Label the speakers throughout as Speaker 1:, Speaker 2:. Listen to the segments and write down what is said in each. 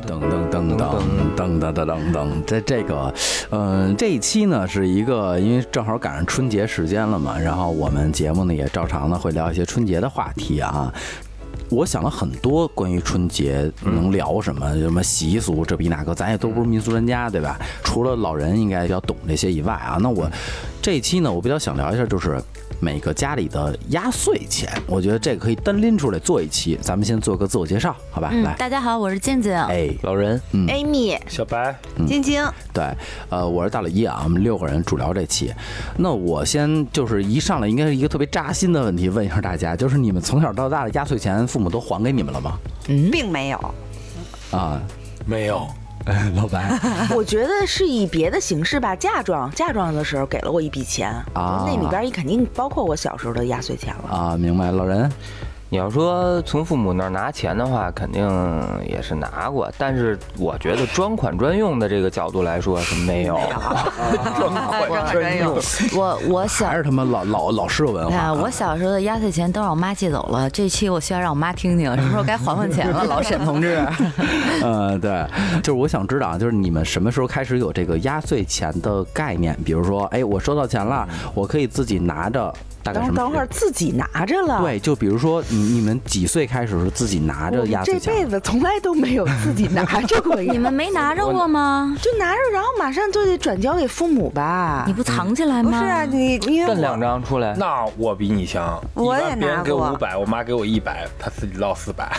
Speaker 1: 噔噔噔噔噔噔噔，这这个，嗯、这一期呢是一个，因为正好赶上春节时间了嘛，然后我们节目呢也照常的会聊一些春节的话题啊。我想了很多关于春节能聊什么，什么习俗这逼那个，咱也都不是民俗专家，对吧？除了老人应该要懂这些以外啊，那我这一期呢，我比较想聊一下就是每个家里的压岁钱，我觉得这个可以单拎出来做一期，咱们先做个自我介绍，好吧？
Speaker 2: 嗯，
Speaker 1: 来，
Speaker 2: 大家好，我是静静。
Speaker 1: 哎，
Speaker 3: 老人，
Speaker 4: 嗯 Amy、
Speaker 3: 小白，
Speaker 4: 晶晶，
Speaker 1: 对，呃，我是大老一啊，我们六个人主聊这期。那我先就是一上来应该是一个特别扎心的问题，问一下大家，就是你们从小到大的压岁钱，父母都还给你们了吗？
Speaker 2: 嗯
Speaker 4: 并没有，
Speaker 1: 啊，
Speaker 3: 没有，
Speaker 1: 老白
Speaker 4: 我觉得是以别的形式吧。嫁妆，啊嫁妆的时候给了我一笔钱，
Speaker 1: 啊
Speaker 4: 那里边也肯定包括我小时候的压岁钱了。
Speaker 1: 啊，明白，老人
Speaker 5: 你要说从父母那儿拿钱的话，肯定也是拿过，但是我觉得专款专用的这个角度来说是没有。
Speaker 4: 啊，专用
Speaker 2: 我我小
Speaker 4: 哎
Speaker 1: 还是他妈老老老式文化
Speaker 2: 啊，
Speaker 1: 啊、
Speaker 2: 我小时候的压岁钱都让我妈借走了。这期我需要让我妈听 听，什么时候该还还钱了，老沈同志。
Speaker 1: 呃，对，就是我想知道啊，就是你们什么时候开始有这个压岁钱的概念？比如说，哎，我收到钱了，我可以自己拿着，大概什
Speaker 4: 等
Speaker 1: 么？
Speaker 4: 等会儿。自己拿着了。
Speaker 1: 对，就比如说你你们几岁开始是自己拿着
Speaker 4: 我
Speaker 1: 压
Speaker 4: 们
Speaker 1: 岁
Speaker 4: 这
Speaker 1: 钱？
Speaker 4: 辈子从来都没有自己拿着 过呀，
Speaker 2: 你们没拿着过吗？
Speaker 4: 就拿着，然后马上就得转交给父母吧
Speaker 2: 你？不藏起来
Speaker 4: 不
Speaker 2: 吗？
Speaker 4: 是啊，你因为
Speaker 5: 瞪两
Speaker 4: 我
Speaker 5: 张出来，
Speaker 3: 那我比你强，
Speaker 4: 我也
Speaker 3: 一般别人
Speaker 4: 拿
Speaker 3: 给
Speaker 4: 过
Speaker 3: 我五百，我妈给我一百，她自己落四百。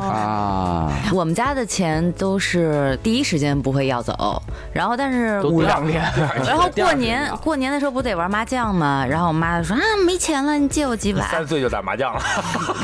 Speaker 1: 啊，
Speaker 2: 我们家的钱都是第一时间不会要走，然后但是
Speaker 5: 五
Speaker 2: 我
Speaker 5: 两天，
Speaker 2: 然后过年过年的时候不得玩麻将吗？然后我妈就说啊没钱了，你借我几百。
Speaker 3: 三岁就打麻将了，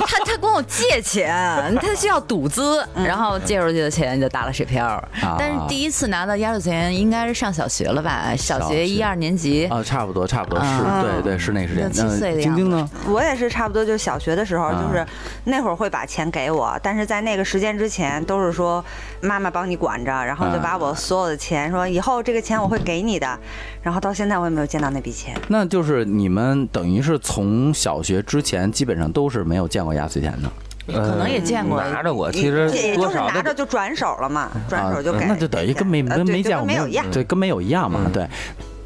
Speaker 2: 他他管我借钱，他需要赌资，然后借出去的钱就打了水漂儿
Speaker 1: 啊。
Speaker 2: 但是第一次拿到压岁钱应该是上小学了吧？小
Speaker 1: 小
Speaker 2: 学
Speaker 1: 学
Speaker 2: 一二年级。
Speaker 1: 啊，差不多，差不多是，
Speaker 2: 啊
Speaker 1: 对对，是那时间。
Speaker 2: 六七
Speaker 1: 那
Speaker 2: 岁的
Speaker 1: 晶
Speaker 2: 样
Speaker 1: 晶呢？
Speaker 6: 我也是差不多，就小学的时候，
Speaker 1: 啊
Speaker 6: 就是那会儿会把钱给我，但是在那个时间之前，都是说妈妈帮你管着，然后
Speaker 1: 啊
Speaker 6: 就把我所有的钱说以后这个钱我会给你的，然后到现在我也没有见到那笔钱。
Speaker 1: 那就是你们等于是从小学之前，基本上都是没有见过压岁钱的，
Speaker 5: 可
Speaker 2: 能也见过
Speaker 5: 呃拿着
Speaker 1: 呃
Speaker 5: 我，其实
Speaker 6: 也就
Speaker 5: 多
Speaker 6: 是
Speaker 5: 少
Speaker 6: 拿
Speaker 5: 都
Speaker 6: 着就转手了嘛，转
Speaker 1: 啊
Speaker 6: 手就给，
Speaker 1: 那就等于跟没
Speaker 6: 呃
Speaker 1: 跟
Speaker 6: 对
Speaker 1: 没
Speaker 6: 就
Speaker 1: 见过
Speaker 6: 跟没有一样。嗯
Speaker 1: 对，跟没有一样嘛，对。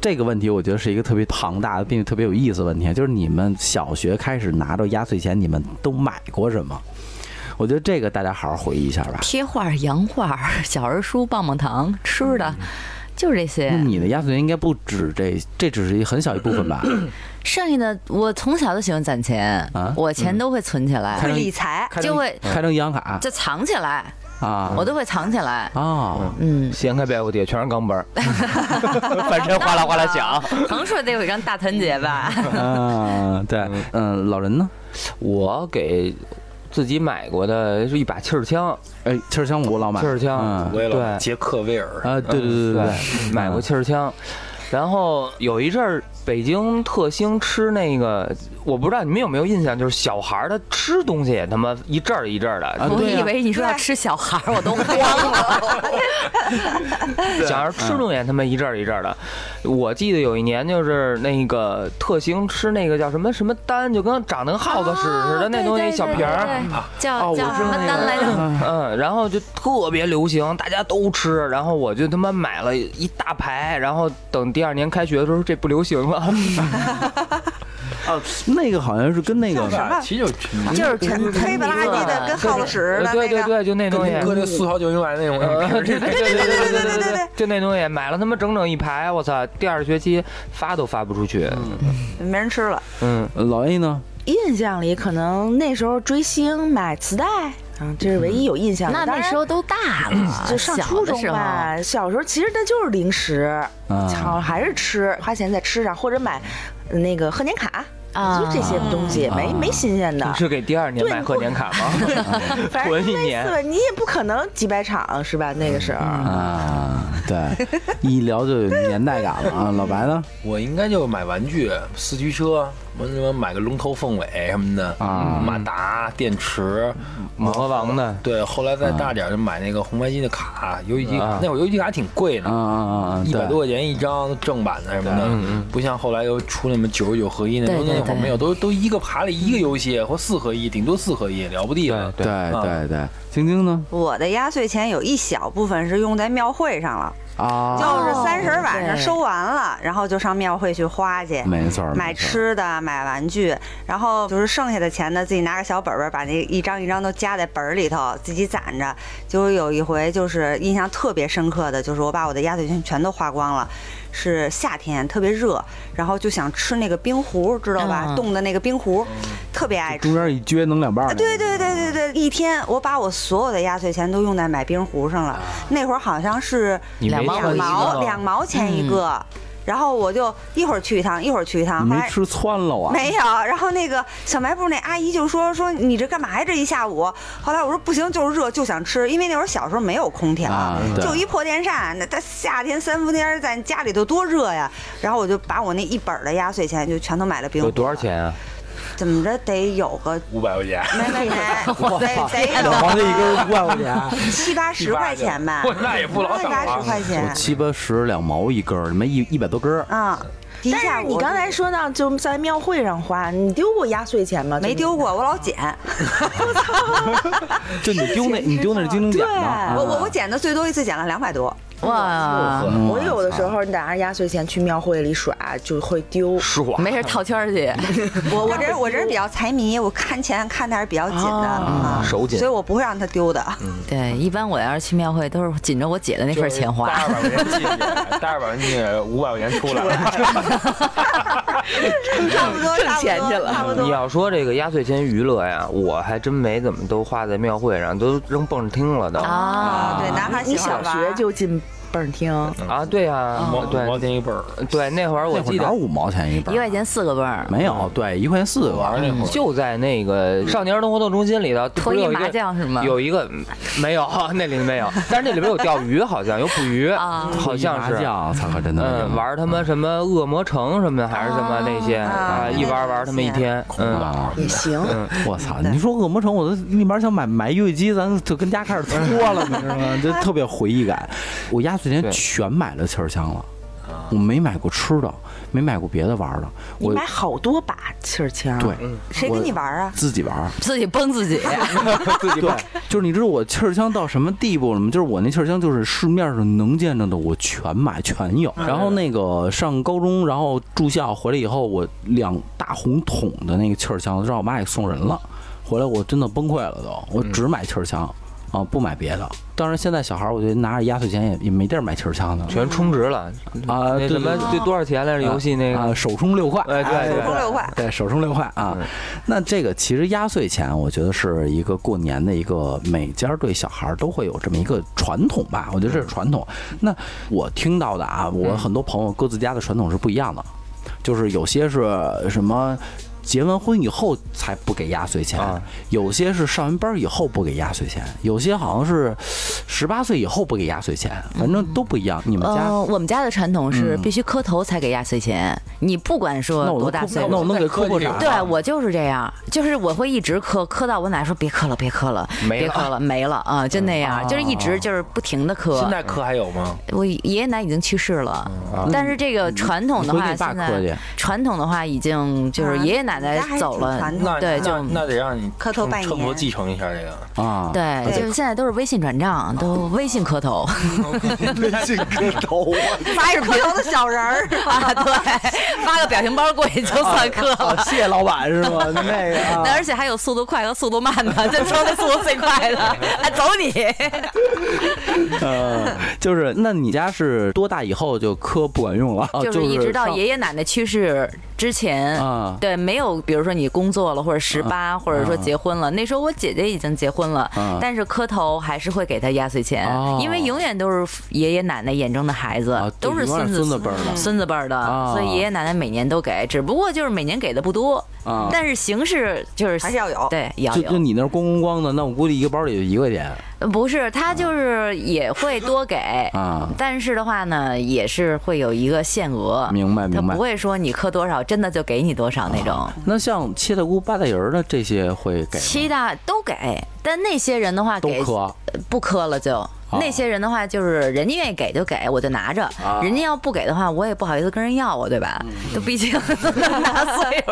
Speaker 1: 这个问题我觉得是一个特别庞大的，并且特别有意思的问题，就是你们小学开始拿着压岁钱，你们都买过什么？我觉得这个大家好好回忆一下吧。
Speaker 2: 贴画、洋画、小儿书、棒棒糖、吃的，
Speaker 1: 嗯
Speaker 2: 就是这些
Speaker 1: 那。你的压岁钱应该不止这，这只是一很小一部分 吧？
Speaker 2: 剩下的我从小就喜欢攒钱
Speaker 1: 啊，嗯
Speaker 2: 我钱都会存起
Speaker 6: 会
Speaker 2: 来，
Speaker 6: 理财，
Speaker 1: 开成
Speaker 2: 就会
Speaker 1: 开成银行卡
Speaker 2: 就藏起来，
Speaker 1: 啊，
Speaker 2: 我都会藏起来。
Speaker 1: 啊，
Speaker 2: 嗯，
Speaker 5: 掀开白蝴蝶全是钢镚儿，反正哗啦哗啦响。
Speaker 1: 嗯
Speaker 2: 横竖得有一张大团结吧？
Speaker 1: 啊，对，嗯，老人呢？
Speaker 5: 我给自己买过的是一把气儿枪，
Speaker 1: 哎，气儿枪我老买，
Speaker 5: 气儿枪嗯
Speaker 1: 嗯
Speaker 3: 我也老
Speaker 5: 对
Speaker 3: 杰克威尔，
Speaker 1: 啊，对对对嗯对对，
Speaker 5: 买过气儿枪。然后有一阵儿，北京特兴吃那个，我不知道你们有没有印象，就是小孩儿他吃东西也他妈一阵儿一阵儿的，
Speaker 1: 啊
Speaker 2: 我
Speaker 1: 对呀
Speaker 2: 以为你说要吃小孩儿，我都慌了。
Speaker 5: 小孩吃东西
Speaker 1: 嗯
Speaker 5: 他妈一阵儿一阵儿的。我记得有一年就是那个特兴吃那个叫什么什么丹，就跟长得跟耗子屎似的那东西小瓶儿，
Speaker 2: 哦啊
Speaker 5: 啊
Speaker 2: 对，
Speaker 1: 哦
Speaker 2: 叫
Speaker 1: 我
Speaker 2: 叫
Speaker 1: 知
Speaker 2: 什
Speaker 1: 道
Speaker 2: 么
Speaker 1: 那
Speaker 2: 丹
Speaker 1: 个
Speaker 2: 来着？
Speaker 5: 嗯，然后就特别流行，大家都吃，然后我就他妈买了一大排，然后等第二年开学的时候这不流行了，
Speaker 1: 哦，那个好像是跟那个
Speaker 6: 什么
Speaker 3: 其实就
Speaker 2: 就是全
Speaker 6: 黑不拉几的跟耗子屎似的
Speaker 5: 对对
Speaker 6: 那个。
Speaker 5: 对，就那东西
Speaker 3: 跟。搁那四号救生丸那种
Speaker 5: 呃，对对对对对对
Speaker 6: 对
Speaker 5: 对
Speaker 6: 对
Speaker 5: 对
Speaker 6: 对，
Speaker 5: 就那东西买了他妈整整一排，我操！第二学期发都发不出去，
Speaker 6: 没人吃了，
Speaker 5: 嗯，
Speaker 1: 老 A 呢？
Speaker 4: 印象里可能那时候追星买磁带，啊，这是唯一有印象的。
Speaker 2: 那
Speaker 4: 当
Speaker 2: 那
Speaker 4: 然
Speaker 2: 时候都大了，
Speaker 4: 就上
Speaker 2: 嗯啊小
Speaker 4: 初
Speaker 2: 的
Speaker 4: 中
Speaker 2: 时候啊
Speaker 4: 吧，小时候其实那就是零食，
Speaker 1: 啊
Speaker 4: 好还是吃，花钱在吃上，或者买呃那个贺年卡，
Speaker 2: 啊
Speaker 4: 就这些东西，没没新鲜的
Speaker 5: 你。是给第二年买贺年卡吗？
Speaker 4: 反正
Speaker 5: 囤
Speaker 4: 就
Speaker 5: 一
Speaker 4: 类
Speaker 5: 年
Speaker 4: 似吧，你也不可能几百场是吧？那个时候，
Speaker 1: 啊，对，一聊就有年代感了啊。老白呢？
Speaker 3: 我应该就买玩具、四驱车，我你们买个龙头凤尾什么的
Speaker 1: 啊
Speaker 3: 马达、电池，
Speaker 5: 马和王的
Speaker 3: 对，后来再大点儿就买那个红白机的卡，游戏机卡
Speaker 5: 啊
Speaker 3: 那会儿游戏机卡挺贵
Speaker 1: 啊
Speaker 3: 呢，
Speaker 1: 啊啊！
Speaker 3: 一
Speaker 1: 对
Speaker 3: 百多块钱一张正版的什么的，不像后来又出那么九十九合一那
Speaker 2: 对
Speaker 3: 东西，
Speaker 2: 对
Speaker 3: 那会儿
Speaker 2: 对
Speaker 3: 没有，都都一个盘里一个游戏或四合一，顶多四合一，了不地了。
Speaker 1: 对对对，晶晶呢？
Speaker 6: 我的压岁钱有一小部分是用在庙会上了，
Speaker 1: 啊，
Speaker 6: 就是三十晚上
Speaker 2: 对
Speaker 6: 收完了，然后就上庙会去花去。
Speaker 1: 没错，
Speaker 6: 买吃的、买玩具，然后就是剩下的钱呢，自己拿个小本本儿把那一张一张都夹在本儿里头，自己攒着。就有一回就是印象特别深刻的，就是我把我的压岁钱全都花光了。是夏天特别热，然后就想吃那个冰壶，知道吧？
Speaker 2: 嗯
Speaker 6: 冻的那个冰壶，特别爱
Speaker 1: 嗯
Speaker 6: 吃
Speaker 1: 中。
Speaker 6: 啊
Speaker 1: 间一撅能两半。
Speaker 6: 对对对对对，一天我把我所有的压岁钱都用在买冰壶上
Speaker 1: 啊
Speaker 6: 了。那会儿好像是
Speaker 5: 你没
Speaker 2: 两毛
Speaker 5: 穿
Speaker 6: 两
Speaker 5: 衣服
Speaker 6: 毛
Speaker 5: 吗
Speaker 6: 两毛钱一个，然后我就一会儿去一趟，一会儿去一趟，
Speaker 1: 嗯你
Speaker 6: 后
Speaker 1: 没
Speaker 6: 来。
Speaker 1: 吃穿了啊？
Speaker 6: 没有，然后那个小卖部那阿姨就说说你这干嘛呀？这一下午。后来我说不行，就是热，就想吃，因为那会儿小时候没有空调，
Speaker 1: 啊对
Speaker 6: 就一破电扇，那它夏天三伏天儿在家里头多热呀。然后我就把我那一本儿的压岁钱就全都买了冰
Speaker 5: 有
Speaker 6: 壶，
Speaker 5: 多少？钱啊？
Speaker 6: 怎么着得有个
Speaker 3: 五百块钱，，
Speaker 6: 没没没，得 得有
Speaker 1: 王的一根五百块钱，
Speaker 6: 七八十块钱吧
Speaker 3: 那也不老少
Speaker 6: 七八
Speaker 3: 啊
Speaker 6: 十。块
Speaker 1: 我
Speaker 6: 钱，
Speaker 1: 七八十两毛一根，没一一百多根。
Speaker 6: 嗯。一
Speaker 4: 但
Speaker 6: 下
Speaker 4: 是
Speaker 6: 午
Speaker 4: 你刚才说到就在庙会上花，你丢过压岁钱吗？
Speaker 6: 没丢过，我老捡，
Speaker 1: 就你丢那，你丢那是金钟奖吗？
Speaker 6: 我我我捡的最多一次捡了两百多，
Speaker 2: 嗯哇，
Speaker 4: 我有的时候拿着压岁钱去庙会里耍，就会丢。
Speaker 5: 爽
Speaker 2: 没事套圈儿去，
Speaker 6: 我我这人我这人比较财迷，我看钱看的还是比较紧的啊，
Speaker 5: 嗯手紧嗯
Speaker 6: 所以我不会让他丢的。
Speaker 2: 对，一般我要是去庙会，都是紧着我姐的那份钱花。
Speaker 3: 八百块钱进去，八百块钱进去，五百块钱出来。
Speaker 6: 差不多，
Speaker 2: 挣
Speaker 6: 差不多
Speaker 2: 钱去了嗯
Speaker 6: 差不
Speaker 5: 你
Speaker 6: 多。
Speaker 5: 要说这个压岁钱娱乐呀，我还真没怎么都花在庙会上，都扔蹦着听了都啊
Speaker 2: 啊，
Speaker 6: 对，男孩
Speaker 4: 你
Speaker 6: 喜欢
Speaker 4: 小
Speaker 6: 玩
Speaker 4: 学就进蹦厅，
Speaker 5: 啊对呀
Speaker 3: 毛，毛
Speaker 5: 对
Speaker 3: 钱一本儿，
Speaker 5: 对，那会儿我
Speaker 1: 那会
Speaker 5: 记
Speaker 1: 儿哪
Speaker 5: 得
Speaker 1: 五毛钱一本？
Speaker 2: 一块钱四个泵儿，
Speaker 1: 没有，对，一块钱四个。
Speaker 3: 玩儿那会
Speaker 2: 嗯
Speaker 3: 儿
Speaker 5: 就在那个少年儿童活动中心里头，不
Speaker 2: 脱衣
Speaker 5: 有一个
Speaker 2: 麻将是吗
Speaker 5: 有一个没有， 那里没有，但是那里边有钓鱼，好像有捕鱼，
Speaker 2: 啊
Speaker 5: 好像是
Speaker 1: 麻。将，操，可真的。
Speaker 5: 嗯，玩儿他妈什么恶魔城什么的，还是什么那些
Speaker 6: 啊
Speaker 5: 啊，一玩儿玩儿他妈一天，嗯，
Speaker 1: 啊！
Speaker 4: 也行。
Speaker 1: 我操！你说恶魔城，我都立马想买买游戏机，咱就跟 家开始搓了，你知道吗？就特别有回忆感。我压岁钱
Speaker 5: 对
Speaker 1: 全买了气儿枪了，我没买过吃的，没买过别的玩儿的。
Speaker 4: 你
Speaker 1: 我
Speaker 4: 买好多把气儿枪，
Speaker 1: 对
Speaker 5: 嗯
Speaker 6: 谁跟你玩啊？
Speaker 1: 自己玩儿，
Speaker 2: 自己崩自己，
Speaker 1: 自己对，就是你知道我气儿枪到什么地步了吗？就是我那气儿枪，就是市面上能见着的，我全买全有。
Speaker 5: 嗯
Speaker 1: 然后那个上高中，然后住校回来以后，我两大红桶的那个气儿枪，让我妈给送人了。回来我真的崩溃了
Speaker 5: 嗯
Speaker 1: 都，我只买气儿枪。啊，不买别的。当然，现在小孩儿，我觉得拿着压岁钱也也没地儿买气儿枪的
Speaker 5: 全充值了
Speaker 1: 啊
Speaker 5: 那
Speaker 1: 对
Speaker 5: 什么
Speaker 1: 对
Speaker 5: 这多少钱来着？游戏那
Speaker 1: 啊，
Speaker 5: 个，
Speaker 1: 手充六块，
Speaker 5: 哎对
Speaker 6: 手
Speaker 5: 对
Speaker 6: 工六块，
Speaker 1: 对，手充六块啊。那这个其实压岁钱，我觉得是一个过年的一个每家儿对小孩儿都会有这么一个传统吧，我觉得这是传统。那我听到的啊，我很多朋友各自家的传统是不一样的，就是有些是什么。结完婚以后才不给压岁钱，
Speaker 5: 啊
Speaker 1: 有些是上完班儿以后不给压岁钱，有些好像是十八岁以后不给压岁钱，反正都不一样。你们家、
Speaker 2: 呃，我们家的传统是必须磕头才给压岁钱，你不管说
Speaker 1: 那我能
Speaker 2: 多大
Speaker 1: 磕
Speaker 2: 岁
Speaker 1: 那我
Speaker 2: 数。
Speaker 1: 能给磕破
Speaker 3: 在磕
Speaker 1: 啥？
Speaker 3: 这个
Speaker 2: 对我就是这样，就是我会一直磕，磕到我奶说别磕了，别磕了，
Speaker 5: 没
Speaker 2: 别
Speaker 5: 了
Speaker 2: 磕了，没了啊，就那样，就是一直就是不停的磕。
Speaker 3: 现在课还有吗？
Speaker 2: 我爷爷奶已经去世了，但是这个传统的
Speaker 1: 你回
Speaker 2: 话，
Speaker 1: 你爸
Speaker 2: 现
Speaker 1: 磕去
Speaker 2: 在传统的话已经就是
Speaker 6: 啊
Speaker 2: 爷爷奶奶
Speaker 6: 那还挺
Speaker 2: 走了，
Speaker 6: 传统
Speaker 3: 那
Speaker 6: 的
Speaker 2: 对，
Speaker 3: 那
Speaker 2: 就
Speaker 3: 那得让你
Speaker 6: 磕头
Speaker 3: 趁
Speaker 6: 拜年
Speaker 3: 趁头继承一下这个。
Speaker 1: 啊，
Speaker 2: 对，就是现在都是微信转账，都微信磕 头
Speaker 3: 微信磕头，
Speaker 6: 拿一磕头的小人儿。
Speaker 2: 啊，对，发个表情包过去就算磕了。
Speaker 1: 哦谢谢老板是 吗？那个啊
Speaker 2: 那而且还有速度快和速度慢的，就说那速度最快的，哎，走你！
Speaker 1: 呃，就是那你家是多大以后就磕不管用了？哦
Speaker 2: 就是一直到
Speaker 1: 上
Speaker 2: 爷爷奶奶去世之前，
Speaker 1: 啊
Speaker 2: 对，没有，比如说你工作了，或者十八、或者说结婚了。那时候我姐姐已经结婚了，
Speaker 1: 啊
Speaker 2: 但是磕头还是会给她压岁钱，
Speaker 1: 哦
Speaker 2: 因为永远都是爷爷奶奶眼中的孩子，
Speaker 1: 啊
Speaker 2: 都是
Speaker 1: 永远
Speaker 2: 孙
Speaker 1: 是孙子
Speaker 2: 子嗯
Speaker 1: 辈儿的
Speaker 2: 孙子辈儿的，
Speaker 1: 啊
Speaker 2: 所以爷爷奶奶每年都给，只不过就是每年给的不多，
Speaker 1: 啊
Speaker 2: 但是形式就是
Speaker 6: 还是要有
Speaker 2: 对，要
Speaker 1: 就
Speaker 2: 有
Speaker 1: 就你那儿咣咣咣的，那我估计一个包里就一块钱
Speaker 2: 呃不是，他就是也会多给，
Speaker 1: 啊，
Speaker 2: 但是的话呢，也是会有一个限额，
Speaker 1: 明白
Speaker 2: 啊他
Speaker 1: 明白
Speaker 2: 不。会说你磕多少，真的就给你多少那种。
Speaker 1: 那像七大姑八大姨儿的这些会给吗
Speaker 2: 七大都给，但那些人的话
Speaker 1: 都
Speaker 2: 给
Speaker 1: 磕，啊
Speaker 2: 不磕了就。那些人的话，就是人家愿意给就给，我就拿着；
Speaker 1: 啊
Speaker 2: 人家要不给的话，我也不好意思跟人要啊，对吧？
Speaker 1: 嗯
Speaker 2: 都毕竟都那么大岁数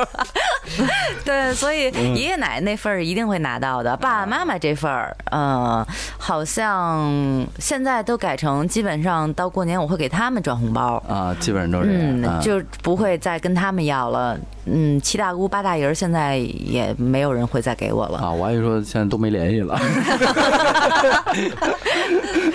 Speaker 2: 了，对，所以
Speaker 1: 嗯
Speaker 2: 爷爷奶奶那份儿一定会拿到
Speaker 1: 啊
Speaker 2: 的，爸爸妈妈这份儿，嗯，好像现在都改成基本上到过年我会给他们转红包，
Speaker 1: 啊，基本上都是这样。
Speaker 2: 嗯，
Speaker 1: 啊
Speaker 2: 就不会再跟他们要了。嗯，七大姑八大姨儿现在也没有人会再给我了。
Speaker 1: 啊，我还以为说现在都没联系 了。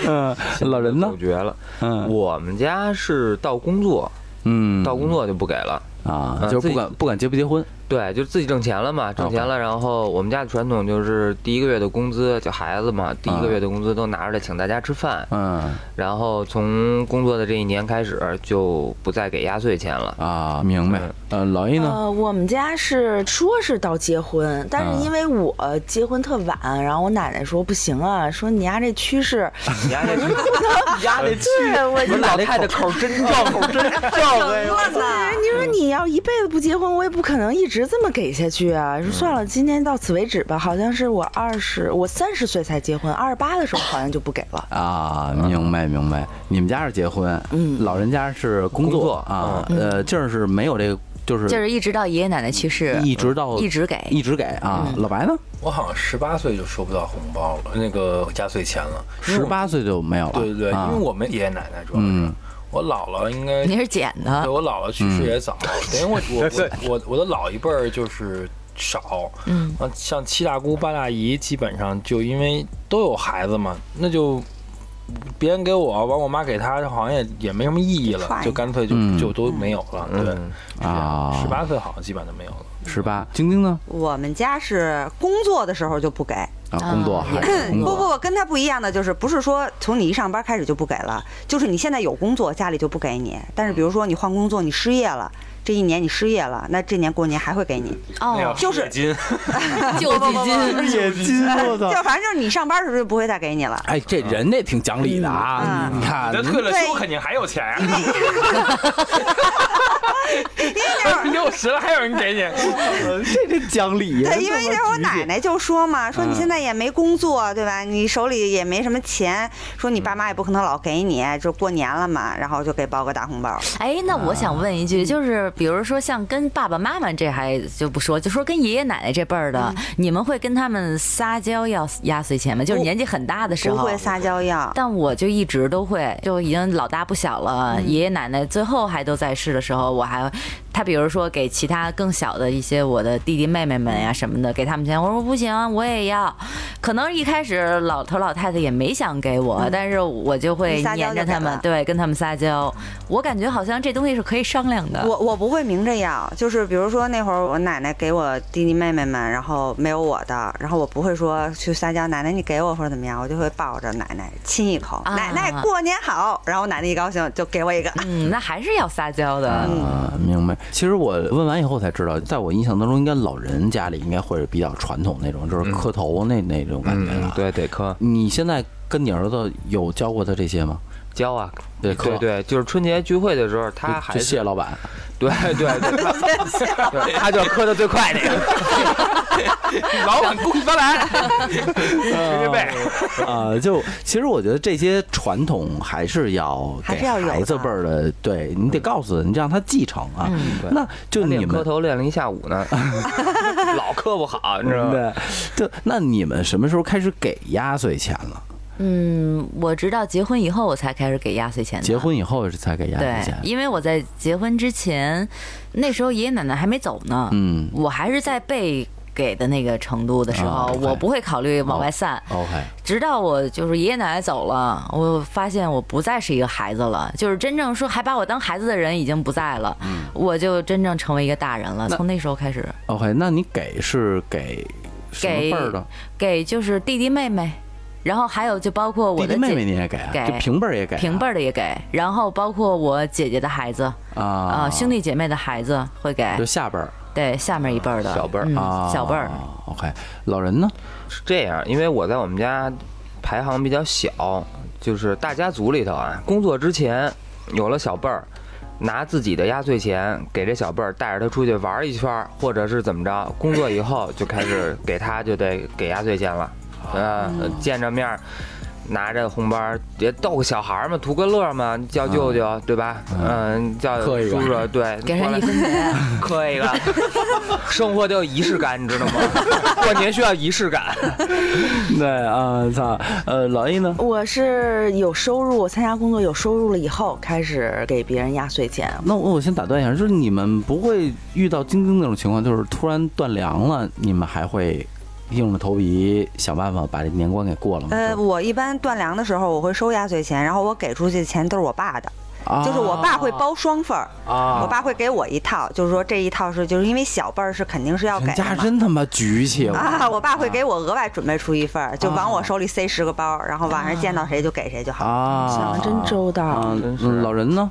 Speaker 1: 嗯，老人呢
Speaker 5: 走？绝了。
Speaker 1: 嗯
Speaker 5: 我们家是到工作，
Speaker 1: 嗯，
Speaker 5: 到工作就不给了。
Speaker 1: 啊，
Speaker 5: 啊
Speaker 1: 就
Speaker 5: 自
Speaker 1: 是不
Speaker 5: 己
Speaker 1: 管不管结不结婚
Speaker 5: 对，就自己挣钱了嘛，挣钱了，然后我们家的传统就是第一个月的工资，就孩子嘛，第一个月的工资都拿出来请大家吃饭，
Speaker 1: 嗯
Speaker 5: 然后从工作的这一年开始就不再给压岁钱了。
Speaker 1: 啊，明
Speaker 2: 嗯
Speaker 1: 白。呃，老一呢？
Speaker 4: 呃，我们家是说是到结婚，但是因为
Speaker 1: 啊
Speaker 4: 我结婚特晚，然后我奶奶说不行啊，说你家这趋势，哎
Speaker 5: 你家这，你家这
Speaker 4: 对我
Speaker 5: 不是老太太口真正，口真正哎呦。
Speaker 6: 乱了。
Speaker 4: 你说你要一辈子不结婚，我也不可能一直这么给下去
Speaker 1: 嗯
Speaker 4: 啊！说算了，今天到此为止吧。好像是我二十，我三十岁才结婚，二十八的时候好像就不给了。
Speaker 1: 啊，明白明白。你们家是结婚，
Speaker 4: 嗯
Speaker 1: 老人家是工
Speaker 5: 工
Speaker 1: 作
Speaker 5: 作
Speaker 1: 啊，呃，这儿是没有这个，就是
Speaker 2: 就是一直到爷爷奶奶去世，
Speaker 1: 一直到
Speaker 2: 一直给
Speaker 1: 一直给啊。老白呢？
Speaker 3: 我好像十八岁就收不到红包了，那个压岁钱了。
Speaker 1: 十八岁就没有了。
Speaker 3: 对对对，因
Speaker 1: 啊
Speaker 3: 为我们爷爷奶奶主要是
Speaker 1: 嗯，
Speaker 3: 我姥姥应该
Speaker 2: 你是捡的
Speaker 3: 对，我姥姥去世也早，
Speaker 1: 嗯
Speaker 3: 因为我我我我我的老一辈儿就是少，嗯，像七大姑八大姨基本上就因为都有孩子嘛，那就别人给我，完我妈给她，好像也也没什么意义了，
Speaker 6: 快
Speaker 3: 就干脆就
Speaker 1: 嗯
Speaker 3: 就都没有了，对。
Speaker 1: 啊
Speaker 3: 十八岁好像基本上就没有了，
Speaker 1: 十八，晶晶呢？
Speaker 6: 我们家是工作的时候就不给，
Speaker 1: 啊，工作还是工
Speaker 6: 不不
Speaker 1: 作
Speaker 6: 不，跟他不一样的就是，不是说从你一上班开始就不给了，就是你现在有工作，家里就不给你。但是比如说你换工作，你失业了，这一年你失业了，那这年过年还会给你。
Speaker 2: 哦，
Speaker 6: 就是
Speaker 3: 金，
Speaker 2: 救济 金。
Speaker 1: 也金，我
Speaker 6: 就！反正就是你上班的时候就不会再给你了。
Speaker 1: 哎，这人这挺讲理的啊！你看，
Speaker 3: 了
Speaker 6: 休
Speaker 3: 肯定还有钱，啊
Speaker 2: 哎
Speaker 6: 因为那会儿，
Speaker 3: 六十了还有人给你，
Speaker 1: 这这讲理呀
Speaker 6: 对，因为那会儿我奶奶就说嘛，
Speaker 2: 嗯
Speaker 6: 说你现在也没工作，对吧？你手里也没什么钱，说
Speaker 2: 嗯
Speaker 6: 你爸妈也不可能老给你，就过年了嘛，然后就给包个大红包。
Speaker 2: 哎，那我想问一句，就是比如说像跟爸爸妈妈这还就不说，就说跟爷爷奶奶这辈儿的，你们会跟他们撒娇要压岁钱吗？就是年纪很大的时
Speaker 6: 不
Speaker 2: 候。
Speaker 6: 会撒娇要，
Speaker 2: 但我就一直都会，就已经老大不小了，爷爷奶奶最后还都在世的时候，我还他比如说给其他更小的一些我的弟弟妹妹们呀、什么的，给他们钱，我说不行，啊我也要。可能一开始老头老太太也没想给我，但是我就会
Speaker 6: 你撒娇
Speaker 2: 黏着
Speaker 6: 就给
Speaker 2: 他们
Speaker 6: 了，
Speaker 2: 对，跟他们撒娇。我感觉好像这东西是可以商量的。
Speaker 6: 我我不会明着要，就是比如说那会儿我奶奶给我弟弟妹妹们，然后没有我的，然后我不会说去撒娇，奶奶你给我或者怎么样，我就会抱着奶奶亲一口，
Speaker 2: 啊
Speaker 6: 奶奶过年好，然后我奶奶一高兴就给我一个。
Speaker 2: 嗯，那还是要撒娇的。
Speaker 1: 啊，明白。其实我问完以后才知道，在我印象当中，应该老人家里应该会比较传统那种，就是磕头那那种感觉
Speaker 5: 嗯
Speaker 1: 啊，。
Speaker 5: 对，得磕
Speaker 1: 你现在跟你儿子有教过他这些吗？
Speaker 5: 教啊，
Speaker 1: 对磕
Speaker 5: 对对，就是春节聚会的时候，
Speaker 1: 就
Speaker 5: 他还
Speaker 1: 就是谢老板
Speaker 5: 对对对，对他就磕的最快那个。老板恭喜发财，直接背。
Speaker 1: 啊，就其实我觉得这些传统还是要
Speaker 6: 还
Speaker 1: 给
Speaker 6: 是要有
Speaker 1: 孩子辈儿的，对你得告诉他，你让他继承啊。
Speaker 2: 嗯
Speaker 5: 对
Speaker 1: 那就
Speaker 5: 他
Speaker 1: 你
Speaker 5: 练
Speaker 1: 们
Speaker 5: 磕头练了一下午呢，老磕不好，你知道吗？
Speaker 1: 对，就那你们什么时候开始给压岁钱了？
Speaker 2: 嗯，我直到结婚以后，我才开始给压岁钱的。
Speaker 1: 结婚以后是才给压岁
Speaker 2: 对
Speaker 1: 钱，，
Speaker 2: 因为我在结婚之前，那时候爷爷奶奶还没走呢，
Speaker 1: 嗯
Speaker 2: 我还是在被给的那个程度的时候，
Speaker 1: 啊哦
Speaker 2: 我不会考虑往外散。
Speaker 1: ，OK，
Speaker 2: 直到我就是爷爷奶奶走了，我发现我不再是一个孩子了，就是真正说还把我当孩子的人已经不在了，
Speaker 1: 嗯
Speaker 2: 我就真正成为一个大人了。从那时候开始，
Speaker 1: OK，那你给是给什么辈儿的？
Speaker 2: 给就是弟弟妹妹，然后还有就包括我
Speaker 1: 弟
Speaker 2: 的
Speaker 1: 弟
Speaker 2: 姐
Speaker 1: 妹妹你也给啊？
Speaker 2: 给
Speaker 1: 就平辈儿也给啊、
Speaker 2: 平辈儿的也给，然后包括我姐姐的孩子
Speaker 1: 啊
Speaker 2: 啊、兄弟姐妹的孩子会给，
Speaker 1: 就下辈儿
Speaker 2: 对，下面一辈儿的
Speaker 5: 小辈儿
Speaker 2: 嗯
Speaker 1: 啊，
Speaker 2: 小辈儿，
Speaker 1: OK，老人呢？
Speaker 5: 是这样，因为我在我们家。排行比较小，就是大家族里头啊，工作之前有了小辈儿，拿自己的压岁钱给这小辈儿，带着他出去玩一圈儿，或者是怎么着，工作以后就开始给他就得给压岁钱了，啊，见着面儿。拿着红包儿也逗个小孩儿嘛，图个乐儿嘛，叫舅舅、对吧？嗯，叫
Speaker 1: 磕一个
Speaker 5: 叔叔对，
Speaker 2: 给人
Speaker 5: 过来
Speaker 2: 一分钱，
Speaker 5: 磕一个，生活得有仪式感，你知道吗？过年需要仪式感。
Speaker 1: 对啊，操、呃，老 A 呢？
Speaker 4: 我是有收入，我参加工作有收入了以后，开始给别人压岁钱。
Speaker 1: 那我我先打断一下，就是你们不会遇到晶晶那种情况，就是突然断粮了，你们还会硬着头皮想办法把这年关给过了吗？
Speaker 6: 呃，我一般断粮的时候，我会收压岁钱，然后我给出去的钱都是我爸的，
Speaker 1: 啊
Speaker 6: 就是我爸会包双份儿，
Speaker 1: 啊
Speaker 6: 我爸会给我一套，就是说这一套是就是因为小辈儿是肯定是要给
Speaker 1: 人
Speaker 6: 的
Speaker 1: 家
Speaker 6: 嘛。
Speaker 1: 真他妈局气！我
Speaker 6: 啊，我爸会给我额外准备出一份
Speaker 1: 啊
Speaker 6: 儿，就往我手里塞十个包，然后晚上见到谁就给谁就好。
Speaker 1: 啊，
Speaker 4: 想的真周到，
Speaker 1: 啊
Speaker 5: 真！是
Speaker 1: 嗯老人呢？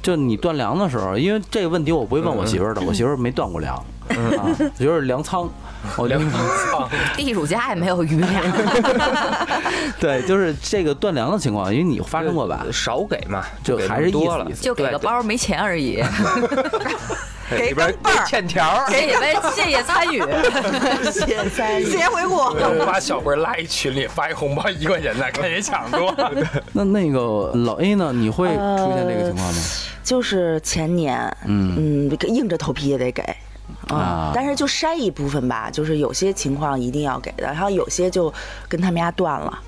Speaker 1: 就你断粮的时候，因为这个问题我不会问我媳妇儿的，我媳妇儿没断过粮，啊，就是粮仓，我粮仓。
Speaker 2: 地主家也没有 余粮，
Speaker 1: 对，就是这个断粮的情况，因为你发生过吧？
Speaker 5: 少给嘛，
Speaker 1: 就
Speaker 5: 给
Speaker 1: 还是
Speaker 5: 多
Speaker 1: 意
Speaker 5: 了
Speaker 1: 思意，思
Speaker 2: 就给个
Speaker 5: 对，
Speaker 2: 包儿没钱 而已，
Speaker 5: 对
Speaker 6: 给
Speaker 5: 里边
Speaker 6: 钢镚儿
Speaker 5: 欠条。
Speaker 2: 这也为谢谢参与。
Speaker 4: 谢三
Speaker 6: 谢谢 回顾。
Speaker 3: 我把小辈儿拉一群里发一红包一块钱的，看谁 抢多。
Speaker 1: 那那个老 A 呢？你会出现这个情况吗？
Speaker 4: 就是前年，嗯硬着头皮也得给。
Speaker 1: 啊
Speaker 4: 但是就筛一部分吧，就是有些情况一定要给的，然后有些就跟他们家断 了，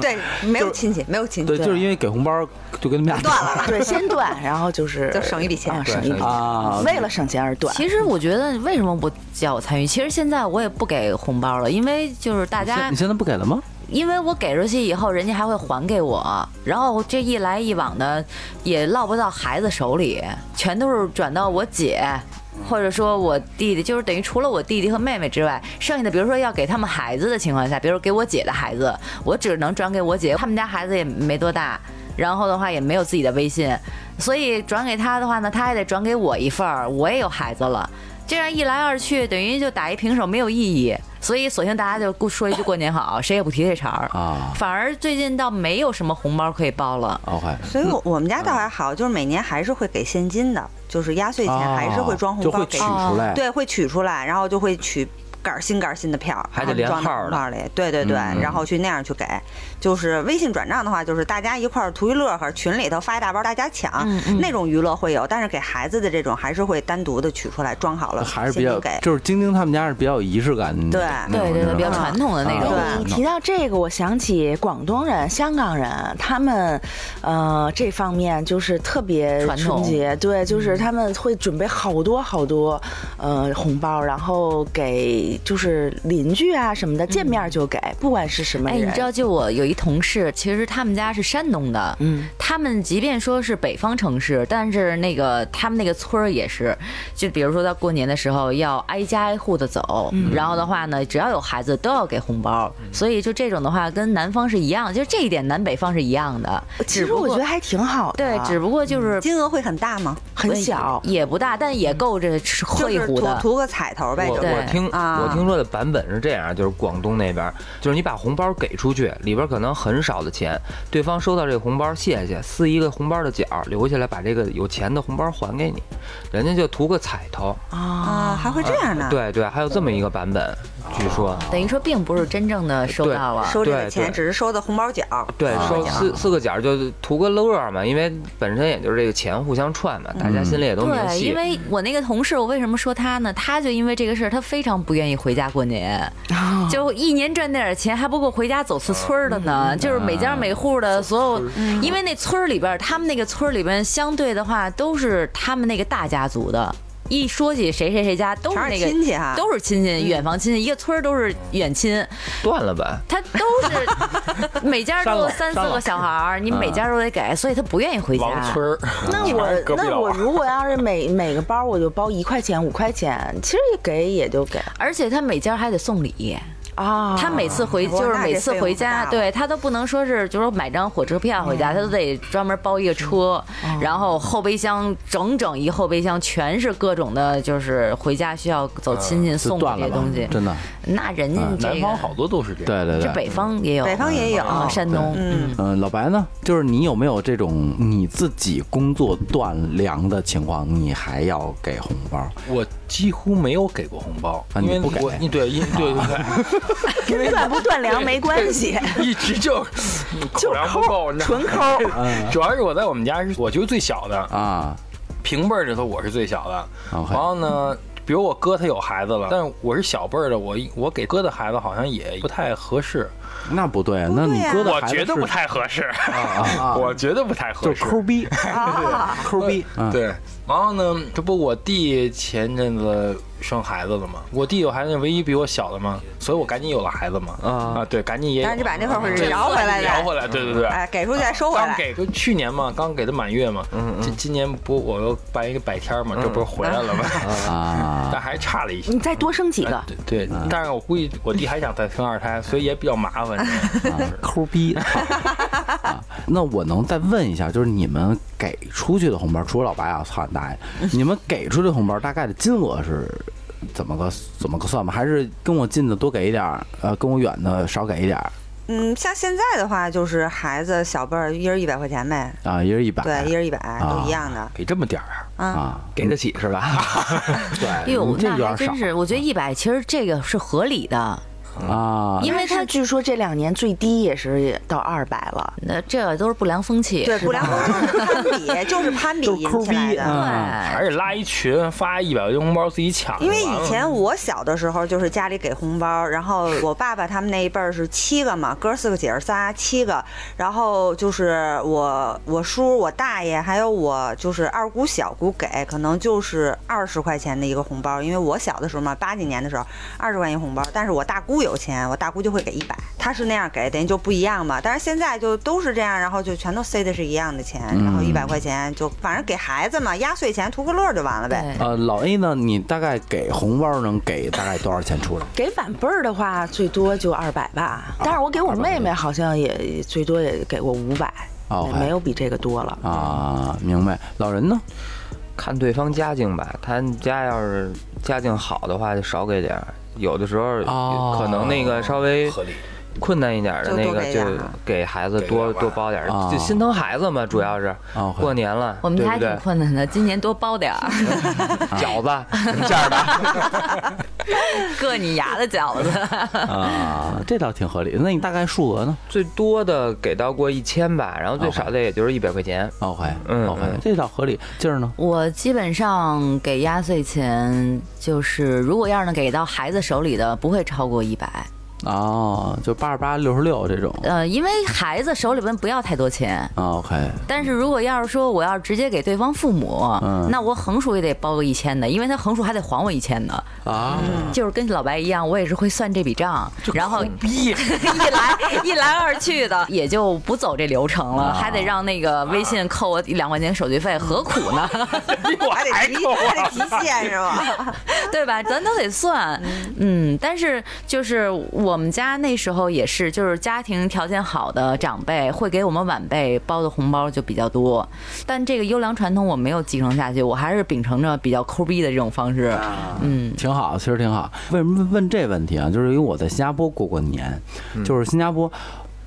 Speaker 6: 对，没有亲戚，没有亲
Speaker 1: 对，
Speaker 6: 戚，
Speaker 1: 就是因为给红包就跟他们俩
Speaker 6: 断了吧。
Speaker 4: 对，先断，然后就是
Speaker 6: 就省一笔钱
Speaker 4: 啊
Speaker 6: 对
Speaker 4: 省一笔钱
Speaker 1: 啊
Speaker 4: 为了省钱而断。
Speaker 2: 其实我觉得为什么不叫我参与？其实现在我也不给红包了，因为就是大
Speaker 1: 你现
Speaker 2: 家
Speaker 1: 你，现在不给了吗？
Speaker 2: 因为我给出去以后，人家还会还给我，然后这一来一往的也落不到孩子手里，全都是转到我姐。或者说我弟弟，就是等于除了我弟弟和妹妹之外，剩下的比如说要给他们孩子的情况下，比如给我姐的孩子，我只能转给我姐，他们家孩子也没多大，然后的话也没有自己的微信，所以转给他的话呢，他还得转给我一份儿，我也有孩子了，这样一来二去，等于就打一平手，没有意义。所以，索性大家就顾说一句过年好，谁也不提这茬儿
Speaker 1: 啊
Speaker 2: 反而最近倒没有什么红包可以包了。
Speaker 1: ，OK，
Speaker 6: 所以
Speaker 1: 嗯
Speaker 6: 我，我们家倒还好，就是每年还是会给现金的，就是压岁钱还是会装
Speaker 1: 啊
Speaker 6: 红
Speaker 1: 哦就
Speaker 6: 包
Speaker 1: 会
Speaker 6: 给
Speaker 1: 取
Speaker 6: 你，
Speaker 1: 出来。
Speaker 6: 对，会取出来，然后就会取杆儿新杆儿新的票，
Speaker 5: 还得
Speaker 6: 然后
Speaker 5: 连
Speaker 6: 装到
Speaker 5: 号儿
Speaker 6: 红包里，对对对，然后去那样去给。就是微信转账的话，就是大家一块儿图一乐呵，群里头发一大包，大家抢、那种娱乐会有，但是给孩子的这种还是会单独的取出来装好了，
Speaker 1: 还是
Speaker 6: 现
Speaker 1: 比较
Speaker 6: 金给，。
Speaker 1: 就是晶晶他们家是比较有仪式感的，
Speaker 6: 对
Speaker 1: 那种
Speaker 2: 对对
Speaker 1: 你知道
Speaker 2: 对
Speaker 1: 吧
Speaker 2: 比较传统的那种
Speaker 1: 啊
Speaker 4: 你提到这个，我想起广东人、香港人，他们，呃，这方面就是特别
Speaker 2: 传统
Speaker 4: 春节，对，就是他们会准备好多好多，呃，红包，然后给就是邻居啊什么的，见面就给，不管是什么
Speaker 2: 哎，你
Speaker 4: 人。
Speaker 2: 知道，就我有一同事，其实他们家是山东的，
Speaker 4: 嗯，
Speaker 2: 他们即便说是北方城市，但是那个他们那个村儿也是，就比如说到过年的时候要挨家挨户的走，
Speaker 4: 嗯
Speaker 2: 然后的话呢，只要有孩子都要给红包，所以就这种的话跟南方是一样，就是这一点南北方是一样的，
Speaker 4: 其
Speaker 2: 呃只
Speaker 4: 实
Speaker 2: 不
Speaker 4: 我
Speaker 2: 过
Speaker 4: 觉得还挺好的，
Speaker 2: 对，只不过就是
Speaker 6: 金额会很大吗？
Speaker 4: 很小。
Speaker 2: 也不大，但也够这吃
Speaker 6: 就
Speaker 2: 喝一
Speaker 6: 是
Speaker 2: 壶
Speaker 6: 图
Speaker 2: 的。
Speaker 6: 图个彩头呗，
Speaker 5: 我
Speaker 6: 就是
Speaker 2: 对
Speaker 5: 我听
Speaker 6: 啊
Speaker 5: 我听说的版本是这样，就是广东那边，就是你把红包给出去，里边可能很少的钱，对方收到这个红包，谢谢，撕一个红包的角留下来，把这个有钱的红包还给你，人家就图个彩头。
Speaker 6: 啊，还会这样呢。
Speaker 5: 对对，还有这么一个版本，据说。
Speaker 2: 等于说，并不是真正的收
Speaker 5: 对
Speaker 2: 到了，啊
Speaker 6: 收这个
Speaker 5: 对
Speaker 6: 钱
Speaker 5: 对
Speaker 6: 只是收的红包角，
Speaker 5: 对，
Speaker 6: 啊
Speaker 5: 收四四个角儿就图个乐儿嘛，因为本身也就是这个钱互相串嘛，大家心里也都明
Speaker 2: 对，
Speaker 5: 细。
Speaker 2: 因为我那个同事，我为什么说他呢？他就因为这个事儿，他非常不愿意回家过年，
Speaker 6: 哦
Speaker 2: 就一年赚那点钱，还不够回家走次村儿的呢。就是每家每户的所有，因为那村儿里边儿，他们那个村儿里边相对的话，都是他们那个大家族的。一说起谁谁谁家都是
Speaker 6: 全是
Speaker 2: 那个
Speaker 6: 亲戚啊哈
Speaker 2: 都是亲戚，远房亲戚，一个村儿都是远亲，
Speaker 5: 断了呗，
Speaker 2: 他都是每家都有三四
Speaker 5: 删了
Speaker 2: 个小孩儿，你每家都得给，所以他不愿意回家。
Speaker 3: 王村儿，
Speaker 4: 那
Speaker 3: 全是
Speaker 4: 我
Speaker 3: 隔壁
Speaker 4: 那
Speaker 3: 老
Speaker 4: 我
Speaker 3: 王
Speaker 4: 如果要是每每个包我就包一块钱五块钱，其实给也就给
Speaker 2: 而且他每家还得送礼。
Speaker 4: 啊。
Speaker 2: 他每次回
Speaker 6: 哇
Speaker 2: 就是
Speaker 6: 那
Speaker 2: 每
Speaker 6: 这
Speaker 2: 次
Speaker 6: 费用
Speaker 2: 回
Speaker 6: 可大
Speaker 2: 家，
Speaker 6: 了
Speaker 2: 对他都不能说是就是说买张火车票回
Speaker 6: 嗯
Speaker 2: 家，他都得专门包一个车，然后后备箱整整一后备箱全是各种的，就是回家需要走亲戚
Speaker 1: 就
Speaker 2: 送的
Speaker 1: 断
Speaker 2: 这
Speaker 1: 了
Speaker 2: 些
Speaker 1: 吧
Speaker 6: 嗯
Speaker 2: 东西，
Speaker 1: 真的
Speaker 2: 那人家
Speaker 1: 嗯
Speaker 2: 这
Speaker 3: 南
Speaker 2: 个
Speaker 3: 方好多都是这样。
Speaker 1: 对对
Speaker 2: 这
Speaker 1: 对。
Speaker 2: 北方也有，
Speaker 6: 北方也有，
Speaker 2: 啊，山东，
Speaker 6: 嗯，
Speaker 1: 嗯，老白呢？就是你有没有这种你自己工作断粮的情况，你还要给红包？
Speaker 3: 我几乎没有给过红包，
Speaker 1: 啊
Speaker 3: 因
Speaker 1: 你
Speaker 3: 为
Speaker 1: 不给
Speaker 3: 我，你对， 因对对
Speaker 4: 跟断不断粮没关系，
Speaker 3: 对，一 直就口粮不够，你知道
Speaker 4: 纯
Speaker 3: 吗
Speaker 4: 抠。
Speaker 1: 嗯
Speaker 3: 主要是我在我们家是，我就是最小的，
Speaker 1: 啊，
Speaker 3: 平辈儿里头我是最小的。
Speaker 1: OK
Speaker 3: 然后呢，比如我哥他有孩子了，但我是小辈儿的，我我给哥的孩子好像也不太合适，
Speaker 1: 那不对，啊那你
Speaker 6: 呀
Speaker 1: 哥的
Speaker 3: 我
Speaker 1: 孩子
Speaker 3: 觉得
Speaker 1: 是
Speaker 3: 不啊太合适，
Speaker 1: 啊啊，
Speaker 3: 我觉得不太合
Speaker 1: 就
Speaker 3: 适
Speaker 1: 是。抠逼，抠逼，嗯
Speaker 3: 对，然后呢，这不我弟前阵子生孩子了嘛，我弟有孩子，唯一比我小的嘛，所以我赶紧有了孩子嘛。
Speaker 5: 啊
Speaker 3: 啊，对，赶紧也有
Speaker 6: 但是你把那块儿
Speaker 3: 对
Speaker 6: 摇回来
Speaker 3: 摇
Speaker 6: 的，
Speaker 3: 回来，
Speaker 1: 嗯
Speaker 3: 对对对。
Speaker 6: 哎，给出去再收回
Speaker 3: 刚
Speaker 6: 来，
Speaker 3: 给就去年嘛，刚给他满月嘛，
Speaker 1: 嗯
Speaker 3: 今今年不我又办一个百天嘛，这不是回来了吗？
Speaker 1: 啊， 嗯
Speaker 3: 但还差了一些哎
Speaker 4: 你。再多生几个，
Speaker 3: 对，对但是我估计我弟还想再生二胎，所以也比较麻 烦。
Speaker 1: 啊 抠逼。啊那我能再问一下，就是你们给出去的红包，除了老白啊，操你 大爷，你们给出去的红包大概的金额是怎么个怎么个算吧？还是跟我近的多给一点儿，呃，跟我远的少给一点儿
Speaker 6: 嗯，像现在的话，就是孩子小辈儿一人一百块钱呗，
Speaker 1: 啊？一人一百，
Speaker 6: 对，一人一百啊都一样的，
Speaker 3: 给这么点儿啊？
Speaker 6: 嗯，
Speaker 1: 啊，
Speaker 5: 给得起是吧？
Speaker 2: 哎呦，
Speaker 1: 这
Speaker 2: 那
Speaker 1: 有点
Speaker 2: 还真
Speaker 1: 少
Speaker 2: 是，我觉得一百其实这个是合理的，
Speaker 1: 啊，
Speaker 2: 因为
Speaker 4: 但是
Speaker 2: 他
Speaker 4: 据说这两年最低也是到二百了。
Speaker 2: 那这个都是不良风气，
Speaker 6: 对，不良风气就是攀比，就是 嗯攀比引起来的。
Speaker 1: 啊
Speaker 2: 对
Speaker 3: 还是拉一群发一百块钱红包自己抢？
Speaker 6: 因为以前我小的时候，就是家里给红包，然后我爸爸他们那一辈儿是七个嘛，哥四个，姐儿仨，七个。然后就是我、我叔、我大爷，还有我就是二姑、小姑给，可能就是二十块钱的一个红包。因为我小的时候嘛，八几年的时候，二十块钱一红包。但是我大姑有钱，我大姑就会给一百，她是那样给，等于就不一样嘛。但是现在就都是这样，然后就全都塞的是一样的钱，然后一百块钱就反正给孩子嘛，压岁钱图个乐儿就完了呗。
Speaker 2: 对，
Speaker 1: 呃，老 A 呢？你大概给红包能给大概多少钱出来？
Speaker 4: 给晚辈儿的话，最多就二百吧。但是我给我妹妹好像也最多也给过五百，
Speaker 1: 哦
Speaker 4: 也
Speaker 1: 还
Speaker 4: 没有比这个多了。
Speaker 1: 啊，明白。老人 呢？
Speaker 5: 看对方家境吧，他家要是家境好的话，就少给点儿。有的时候
Speaker 1: 哦
Speaker 5: 可能那个稍微
Speaker 3: 合理，
Speaker 5: 困难一点儿的
Speaker 6: 就
Speaker 5: 那
Speaker 6: 多
Speaker 5: 个，
Speaker 6: 给
Speaker 5: 就
Speaker 6: 点儿
Speaker 5: 给孩子
Speaker 3: 给
Speaker 5: 多
Speaker 3: 点儿
Speaker 5: 多
Speaker 3: 吧
Speaker 5: 包点儿
Speaker 1: 啊，
Speaker 5: 就心疼孩子嘛，主要是
Speaker 1: 哦
Speaker 5: 过年了，
Speaker 2: 我们
Speaker 5: 对
Speaker 2: 家
Speaker 5: 不
Speaker 2: 还挺
Speaker 5: 对？
Speaker 2: 困难的，今年多包点 儿，
Speaker 5: 饺子什么馅儿的？
Speaker 2: 硌你牙的饺子。
Speaker 1: 啊，这倒挺合理。那你大概数额呢
Speaker 5: 最多的给到过一千吧，然后最少的也就是一百块钱。
Speaker 1: ？OK，
Speaker 5: 嗯
Speaker 1: OK，
Speaker 5: 嗯
Speaker 1: 这倒合理。劲儿呢？
Speaker 2: 我基本上给压岁钱，就是如果要是能给到孩子手里的，不会超过一百。
Speaker 1: 哦，就八十八、六十六这种。
Speaker 2: 呃，因为孩子手里边不要太多钱，
Speaker 1: 啊 OK，
Speaker 2: 但是如果要是说我要直接给对方父母，
Speaker 1: 嗯
Speaker 2: 那我横竖也得包个一千的，因为他横竖还得还我一千呢。
Speaker 1: 啊，
Speaker 2: 就是跟老白一样，我也是会算这笔账，然后 一来一来二去的，也就不走这流程了，还得让那个微信扣我一两块钱手续费，何苦呢？
Speaker 3: 我
Speaker 6: 还得
Speaker 3: 还
Speaker 6: 提
Speaker 3: 够啊
Speaker 6: 还得提现是吧？
Speaker 2: 对吧？咱都得算，嗯。但是就是我们家那时候也是，就是家庭条件好的长辈会给我们晚辈包的红包就比较多，但这个优良传统我没有继承下去，我还是秉承着比较抠逼的这种方式，嗯。
Speaker 1: 挺好，其实挺好。为什么问这问题啊？就是因为我在新加坡过过年，就是新加坡。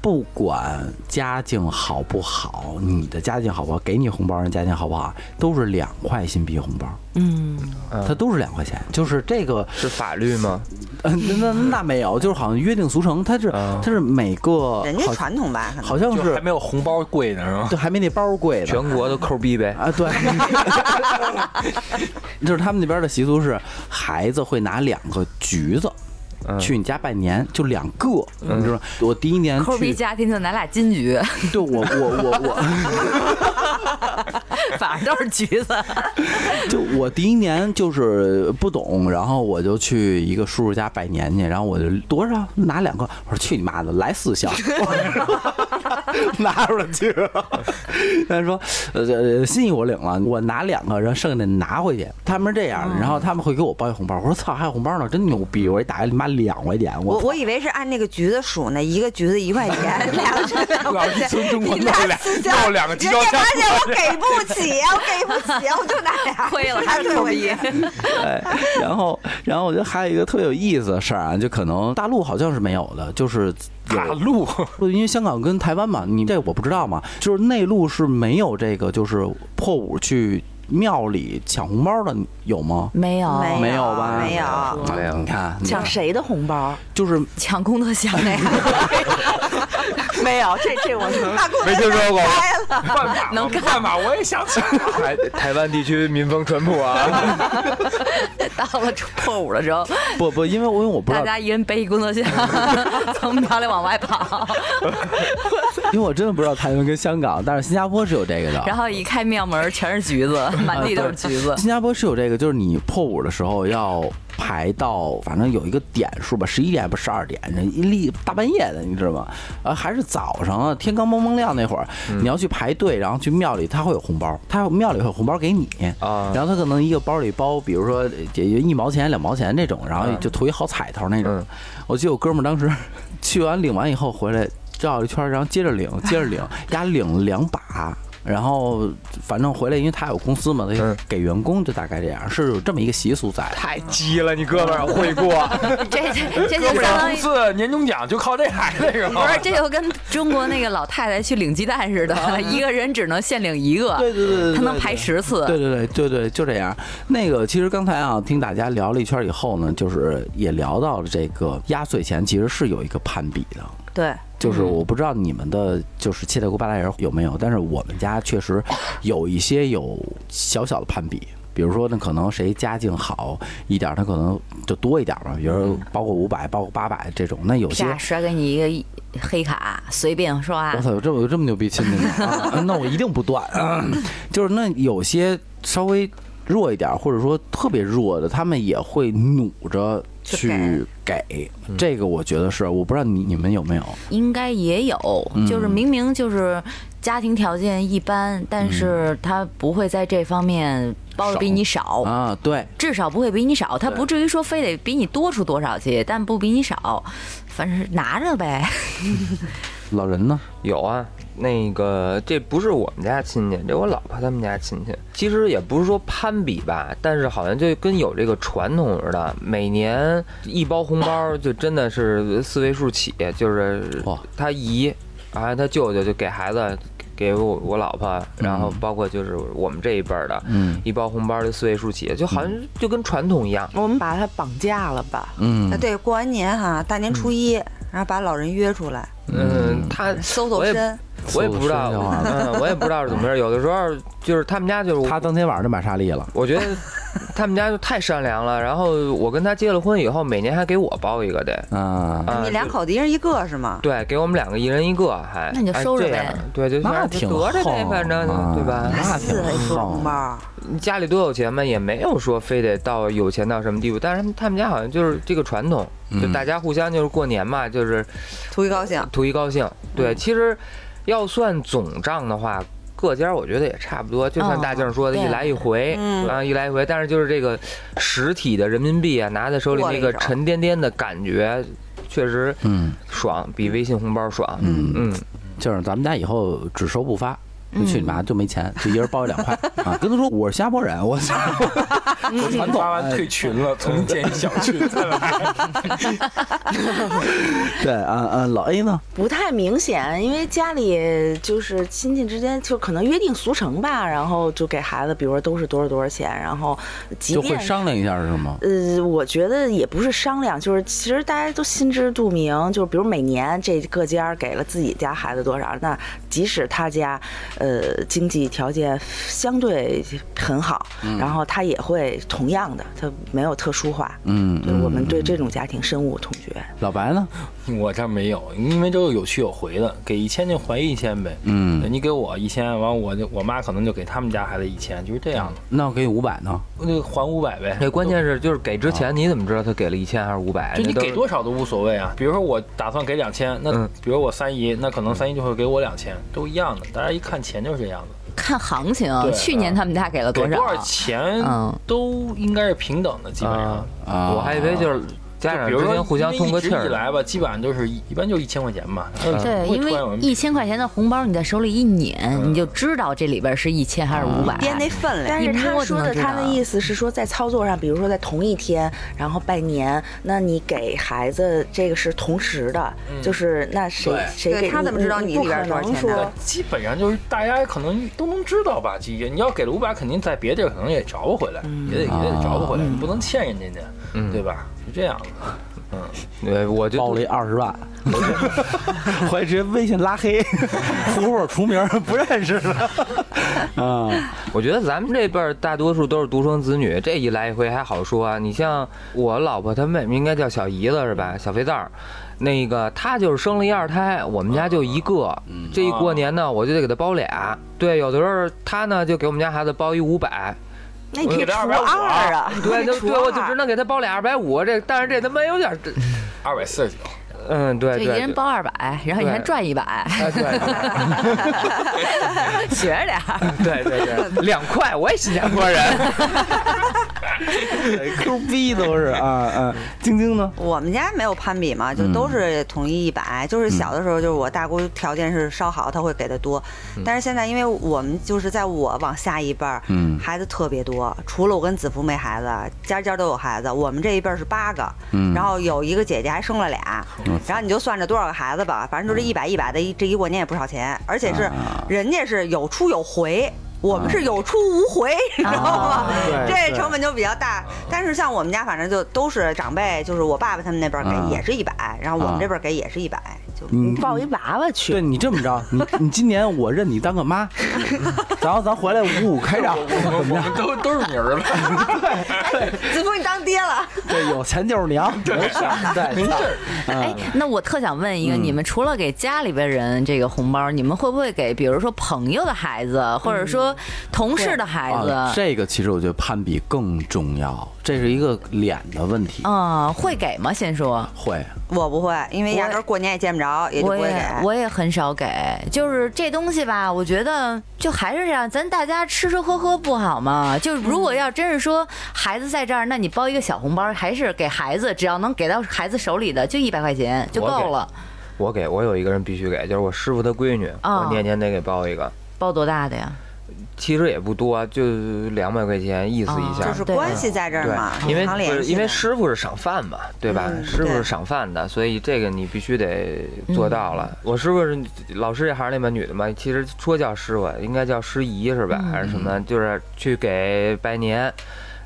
Speaker 1: 不管家境好不好，你的家境好不好，给你红包人家境好不好，都是两块新币红包，
Speaker 4: 嗯，
Speaker 1: 它都是两块钱。就是这个，
Speaker 5: 是法律吗？
Speaker 1: 呃那那那没有，就是好像约定俗成，它是它是每个
Speaker 6: 人家
Speaker 1: 好
Speaker 6: 传统吧，可能
Speaker 1: 好像
Speaker 3: 就是还
Speaker 1: 是
Speaker 3: 没有红包贵呢，是吗？
Speaker 1: 对还没那包贵呢，
Speaker 5: 全国都抠逼呗。
Speaker 1: 啊，对，就是他们那边的习俗是，孩子会拿两个橘子。去你家拜年就两个，你知道吗？我第一年
Speaker 2: 抠
Speaker 1: 去，
Speaker 2: 逼家庭就拿俩 金桔，
Speaker 1: 对我我我我，
Speaker 2: 反正都是 橘子。
Speaker 1: 就我第一年就是不懂，然后我就去一个叔叔家拜年去，然后我就多少拿两个，我说去你妈的，来四箱， 拿出来去了。他说，呃，心意我领了，我拿两个，然后剩下的拿回去。他们是这样的，然后他们会给我包一红包。我说操，还有红包呢，真牛逼！我一打开，妈两块钱，
Speaker 6: 我
Speaker 1: 我
Speaker 6: 我以为是按那个橘子数呢，一个橘子一块钱，两个橘子两块钱。
Speaker 3: 从中国
Speaker 6: 你拿
Speaker 3: 弄俩
Speaker 6: 四箱
Speaker 3: 弄两个鸡
Speaker 6: 人家
Speaker 3: 胸
Speaker 6: 发现我给不起，我给不起，我就拿俩，
Speaker 2: 亏了
Speaker 6: 还对我一样。
Speaker 1: 哎，然后，然后我觉得还有一个特别有意思的事儿啊，就可能大陆好像是没有的，就是
Speaker 3: 大陆
Speaker 1: 有，因为香港跟台湾嘛，你这我不知道嘛，就是内陆是没有这个，就是破五去庙里抢红包的，有吗？
Speaker 2: 没有
Speaker 1: 没
Speaker 6: 有
Speaker 1: 有吧哎
Speaker 6: 没有。
Speaker 5: 没有
Speaker 1: 你看，你
Speaker 4: 抢
Speaker 1: 看
Speaker 4: 谁的红包？
Speaker 1: 就是
Speaker 2: 抢功德 箱那
Speaker 4: 没有，这这我
Speaker 6: 大裤
Speaker 5: 没听说过
Speaker 6: 开了，
Speaker 3: 犯法能犯法，我也想抢。
Speaker 5: 台台湾地区民风淳朴啊，
Speaker 2: 到了破五的时候，
Speaker 1: 不不，因为我因为我不知
Speaker 2: 大
Speaker 1: 道，
Speaker 2: 家一人背一工 作箱，从庙里往外跑，
Speaker 1: 因为我真的不知道台湾跟香港，但是新加坡是有这个的。
Speaker 2: 然后一开庙门全是橘子，满地都是橘子。
Speaker 1: 新加坡是有这个，就是你破五的时候要排到，反正有一个点数吧，十一点不十二点，人一立大半夜的，你知道吗？呃，还是早上啊，天刚蒙蒙亮那会儿，你要去排队，然后去庙里，他会有红包，他庙里会有红包给你
Speaker 5: 啊
Speaker 1: 然后他可能一个包里包，比如说也也一毛钱、两毛钱这种，然后就图一好彩头那种
Speaker 5: 嗯。
Speaker 1: 我记得我哥们儿当时 去完领完以后回来绕一圈儿，然后接着 领，接着领，丫领了两把。然后反正回来，因为他有公司嘛，他就
Speaker 5: 嗯
Speaker 1: 给员工就大概这样，是有这么一个习俗在。
Speaker 5: 太鸡了，你哥们
Speaker 3: 嗯
Speaker 5: 儿会过，
Speaker 2: 这这这
Speaker 3: 哥
Speaker 2: 就
Speaker 3: 们
Speaker 2: 相
Speaker 3: 儿啊
Speaker 2: 当
Speaker 3: 公
Speaker 2: 于。
Speaker 3: 司年终奖就靠这来的，是
Speaker 2: 不
Speaker 3: 吧
Speaker 2: 是，？这就跟中国那个老太太去领鸡蛋似的， 一个人只能限领一个，
Speaker 1: 对对对对对，
Speaker 2: 她能
Speaker 1: 对
Speaker 2: 排。十次。
Speaker 1: 对对对对对，就这样。那个其实刚才啊，听大家聊了一圈以后呢，就是也聊到了这个压岁钱其实是有一个攀比的，
Speaker 6: 对，
Speaker 1: 就是我不知道你们的就是七大姑八大姨有没有，但是我们家确实有一些有小小的攀比。比如说呢，可能谁家境好一点儿，他可能就多一点儿吧。比如包括五百，包括八百这种。那有些
Speaker 2: 啪，甩给你一个黑卡，随便说话
Speaker 1: 我。操，有这么有这么牛逼亲戚 吗？啊那我一定不断。嗯 就是那有些稍微弱一点儿，或者说特别弱的，他们也会努着去给。嗯这个我觉得是，我不知道你你们有没有？
Speaker 2: 应该也有，就是明明就是家庭条件一般，但是他不会在这方面包的比你少。
Speaker 1: 啊，对，
Speaker 2: 至少不会比你少，他不至于说非得比你多出多少去，但不比你少，反正是拿着呗。
Speaker 1: 老人呢？
Speaker 5: 有啊，那个这不是我们家亲戚，这我老婆他们家亲戚。其实也不是说攀比吧，但是好像就跟有这个传统似的，每年一包红包就真的是四位数起，就是
Speaker 1: 哇
Speaker 5: 他姨，还有他舅舅就给孩子。给我我老婆，然后包括就是我们这一辈儿的，
Speaker 1: 嗯
Speaker 5: 一包红包就四位数起，就好像就跟传统一样。
Speaker 4: 我们把它绑架了吧？
Speaker 1: 嗯
Speaker 6: 啊，对，过完年哈，大年初一，然后把老人约出来
Speaker 5: 嗯，他
Speaker 6: 搜
Speaker 5: 我
Speaker 6: 搜
Speaker 5: 也
Speaker 6: 身，
Speaker 5: 我也不知道，
Speaker 1: 搜索身
Speaker 5: 嗯，我也不知道是怎么回事。有的时候就是他们家就是
Speaker 1: 他当天晚上就买莎莉了。
Speaker 5: 我觉
Speaker 2: 呃
Speaker 5: 得 他们家就太善良了。然后我跟他结了婚以后，每年还给我包一个得，
Speaker 1: 啊，
Speaker 5: 啊、
Speaker 6: 你两口子一人一个是吗？
Speaker 5: 对，给我们两个一人一个，还
Speaker 2: 那你就收着
Speaker 5: 哎这样
Speaker 2: 呗
Speaker 5: 对，就
Speaker 1: 那
Speaker 5: 反正
Speaker 1: 挺
Speaker 5: 得着呗，
Speaker 1: 横
Speaker 5: 反正
Speaker 1: 啊
Speaker 5: 对吧？
Speaker 1: 那挺
Speaker 6: 四位数
Speaker 1: 横
Speaker 6: 红包，
Speaker 5: 你家里多有钱嘛，也没有说非得到有钱到什么地步，但是他们家好像就是这个传统，就
Speaker 1: 嗯
Speaker 5: 大家互相就是过年嘛，就是
Speaker 6: 图一高兴。
Speaker 5: 图一高兴。对，其实要算总账的话，各家我觉得也差不多，就像
Speaker 2: 哦
Speaker 5: 大静说的，
Speaker 2: 对
Speaker 5: 一来一回，
Speaker 6: 嗯
Speaker 5: 啊，一来一回。但是就是这个实体的人民币啊，拿在手里
Speaker 6: 握了
Speaker 5: 那
Speaker 6: 一
Speaker 5: 个
Speaker 6: 手
Speaker 5: 沉甸甸的感觉，确实
Speaker 1: 嗯
Speaker 5: 爽，比微信红包爽。
Speaker 1: 嗯，嗯
Speaker 5: 嗯，
Speaker 1: 就是咱们家以后只收不发。就去你妈就没钱，就一人包一两 块啊！跟他说我是新加坡人，我 我传统
Speaker 3: 发
Speaker 5: 哎
Speaker 3: 完啊退群了，重
Speaker 5: 嗯
Speaker 3: 新建一小 群再来。
Speaker 1: 对啊啊，老 A 呢？
Speaker 4: 不太明显，因为家里就是亲戚之间就可能约定俗成吧，然后就给孩子，比如说都是多少多少钱，然后即
Speaker 1: 就会
Speaker 4: 便
Speaker 1: 商量一下是吗？
Speaker 4: 呃，我觉得也不是商量，就是其实大家都心知肚明，就是比如每年这各家给了自己家孩子多少，那即使他家，呃经济条件相对很好，
Speaker 1: 嗯
Speaker 4: 然后他也会同样的，他没有特殊化。
Speaker 1: 嗯
Speaker 4: 对，我们对这种家庭深恶痛绝。
Speaker 1: 老白呢？
Speaker 3: 我这儿没有，因为都是有去有回的，给一千就还一千呗。
Speaker 1: 嗯，
Speaker 3: 你给我一千，完我就我妈可能就给他们家孩子一千，就是这样的，
Speaker 1: 那我给五百呢？
Speaker 3: 那就还五百呗。
Speaker 5: 那嗯哎关键是就是给之前你怎么知道他给了一千还是五百？
Speaker 3: 就你
Speaker 5: 那都是
Speaker 3: 给多少都无所谓啊。比如说我打算给两千，那
Speaker 5: 嗯
Speaker 3: 比如我三姨，那可能三姨就会给我两千，都一样的。大家一看钱就是这样的，
Speaker 2: 看行情
Speaker 3: 对，
Speaker 2: 去年他们家给了
Speaker 3: 给
Speaker 2: 多
Speaker 3: 多
Speaker 2: 少？
Speaker 3: 少钱
Speaker 2: 嗯
Speaker 3: 都应该是平等的，基本上
Speaker 5: 啊。
Speaker 1: 啊
Speaker 5: 我还以为就是家
Speaker 3: 就
Speaker 5: 长
Speaker 3: 比
Speaker 5: 之
Speaker 3: 如说
Speaker 5: 间互相
Speaker 3: 因为
Speaker 5: 通个气
Speaker 3: 一直以
Speaker 5: 儿。嗯
Speaker 3: 来吧，基本上都是一一般就一千块钱吧。
Speaker 2: 对，
Speaker 3: 嗯会
Speaker 2: 因
Speaker 3: 突然
Speaker 2: 为
Speaker 3: 有人嗯
Speaker 2: 一千块钱的红包你在手里一捻，你就知道这里边是一千还是五百。
Speaker 6: 编嗯那分量
Speaker 4: 但。是
Speaker 2: 一摸
Speaker 4: 他
Speaker 2: 就
Speaker 4: 说
Speaker 2: 能
Speaker 4: 的
Speaker 2: 知
Speaker 4: 他的
Speaker 2: 道
Speaker 4: 意思是说，在操作上，比如说在同一天，然后拜年，那你给孩子这个是同时的，就是那谁
Speaker 1: 嗯对
Speaker 4: 谁
Speaker 6: 对
Speaker 4: 给
Speaker 6: 他怎么知道你
Speaker 4: 不
Speaker 6: 里边
Speaker 4: 可
Speaker 6: 多少
Speaker 4: 能
Speaker 6: 钱
Speaker 4: 说
Speaker 6: 呢
Speaker 3: 基本上就是大家可能都能知道吧，季姐，你要给了五百，肯定在别地儿可能也找不回来，也得也
Speaker 5: 啊
Speaker 3: 得找不回来，你不能欠人家去，
Speaker 5: 嗯
Speaker 3: 对吧？是这样的。
Speaker 5: 对，我就
Speaker 1: 包了一二十 万，回去直接微信拉 黑，胡伙重名儿不认识了。 啊，
Speaker 5: 我觉得咱们这辈儿大多数都是独生子女，这一来一回还好说啊。你像我老婆她妹妹应该叫小姨子是吧？小肥皂儿，那个她就是生了一二胎，我们家就一个。这一过年呢，我就得给她包俩。对，有的时候她呢就给我们家孩子包一五百，
Speaker 6: 那你可
Speaker 3: 我给
Speaker 6: 以除
Speaker 3: 他250
Speaker 6: 二啊，
Speaker 5: 对，
Speaker 6: 你可
Speaker 5: 就
Speaker 6: 以除
Speaker 5: 对我就只
Speaker 6: 二
Speaker 5: 能给她包俩二百五。这但是这他妈有点儿，
Speaker 3: 二百四十九，
Speaker 5: 嗯，对
Speaker 2: 就
Speaker 5: 对
Speaker 2: 一人
Speaker 5: 对。
Speaker 2: 包二百，然后你还
Speaker 5: 对
Speaker 2: 赚一百，
Speaker 5: 哎，对
Speaker 2: 学着点儿。
Speaker 5: 对对对对，两块，我也新加坡人。
Speaker 1: 抠哎逼都是啊啊！晶晶呢？
Speaker 6: 我们家没有攀比嘛，
Speaker 1: 嗯
Speaker 6: 就都是统一一百、就是小的时候，就是我大姑条件是稍好，她会给的多。但是现在，因为我们就是在我往下一辈儿，
Speaker 1: 嗯
Speaker 6: 孩子特别多，除了我跟子福没孩子，家家都有孩子。我们这一辈儿是八个，
Speaker 1: 嗯
Speaker 6: 然后有一个姐姐还生了俩，然后你就算着多少个孩子吧，反正就这一百一百的，一这一过年也不少钱，而且是
Speaker 1: 啊
Speaker 6: 人家是有出有回。我们是有出无回，你知道吗？
Speaker 1: 对
Speaker 6: 这成本就比较大。但是像我们家，反正就都是长辈，就是我爸爸他们那边
Speaker 1: 啊
Speaker 6: 给也是一百，然后我
Speaker 1: 啊
Speaker 6: 们这边给也是一百，就
Speaker 1: 你
Speaker 4: 你抱一娃娃去
Speaker 1: 对，你这么着，你你今年我认你当个 妈，然后咱回来五五开 张，
Speaker 3: 我们我们都都是名儿 了，
Speaker 6: 子枫你当爹了，
Speaker 1: 对，有钱就是娘，没事儿，对，
Speaker 3: 没事儿。嗯
Speaker 2: 哎，那我特想问一个，你们除了给家里边人这个红包，你们会不会给，比如说朋友的孩子，或者说同事的孩
Speaker 3: 哦
Speaker 1: 啊，
Speaker 2: 子？
Speaker 1: 这个其实我觉得攀比更重要，这是一个脸的问题。
Speaker 2: 啊，会给吗？先说，
Speaker 1: 会，
Speaker 6: 我不会，因为压根儿过年也见不着，也就
Speaker 2: 我
Speaker 6: 不会
Speaker 2: 也
Speaker 6: 给。
Speaker 2: 我也很少给，就是这东西吧，我觉得就还是这样，咱大家吃吃喝喝不好吗？就如果要真是说孩子在这儿，那你包一个小红包，还是给孩子，只要能给到孩子手里的，就一百块钱就
Speaker 5: 我给
Speaker 2: 够了。
Speaker 5: 我给我有一个人必须给，就是我师傅他闺女，
Speaker 2: 啊
Speaker 5: 我年年得给包一个。
Speaker 2: 包多大的呀？
Speaker 5: 其实也不多，就两百块钱，意思一下。
Speaker 2: 啊
Speaker 6: 就是
Speaker 2: 对
Speaker 6: 关系在这儿嘛，
Speaker 5: 对，因为
Speaker 6: 常
Speaker 5: 不
Speaker 6: 联
Speaker 5: 是
Speaker 6: 系
Speaker 5: 因为
Speaker 6: 的
Speaker 5: 师傅是赏饭嘛，对吧？
Speaker 6: 嗯
Speaker 5: 师傅
Speaker 6: 对
Speaker 5: 是赏饭的，所以这个你必须得做到了。我师傅是老师这行里面女的嘛，其实说叫师傅，应该叫师姨是吧？还是什么？就是去给拜年。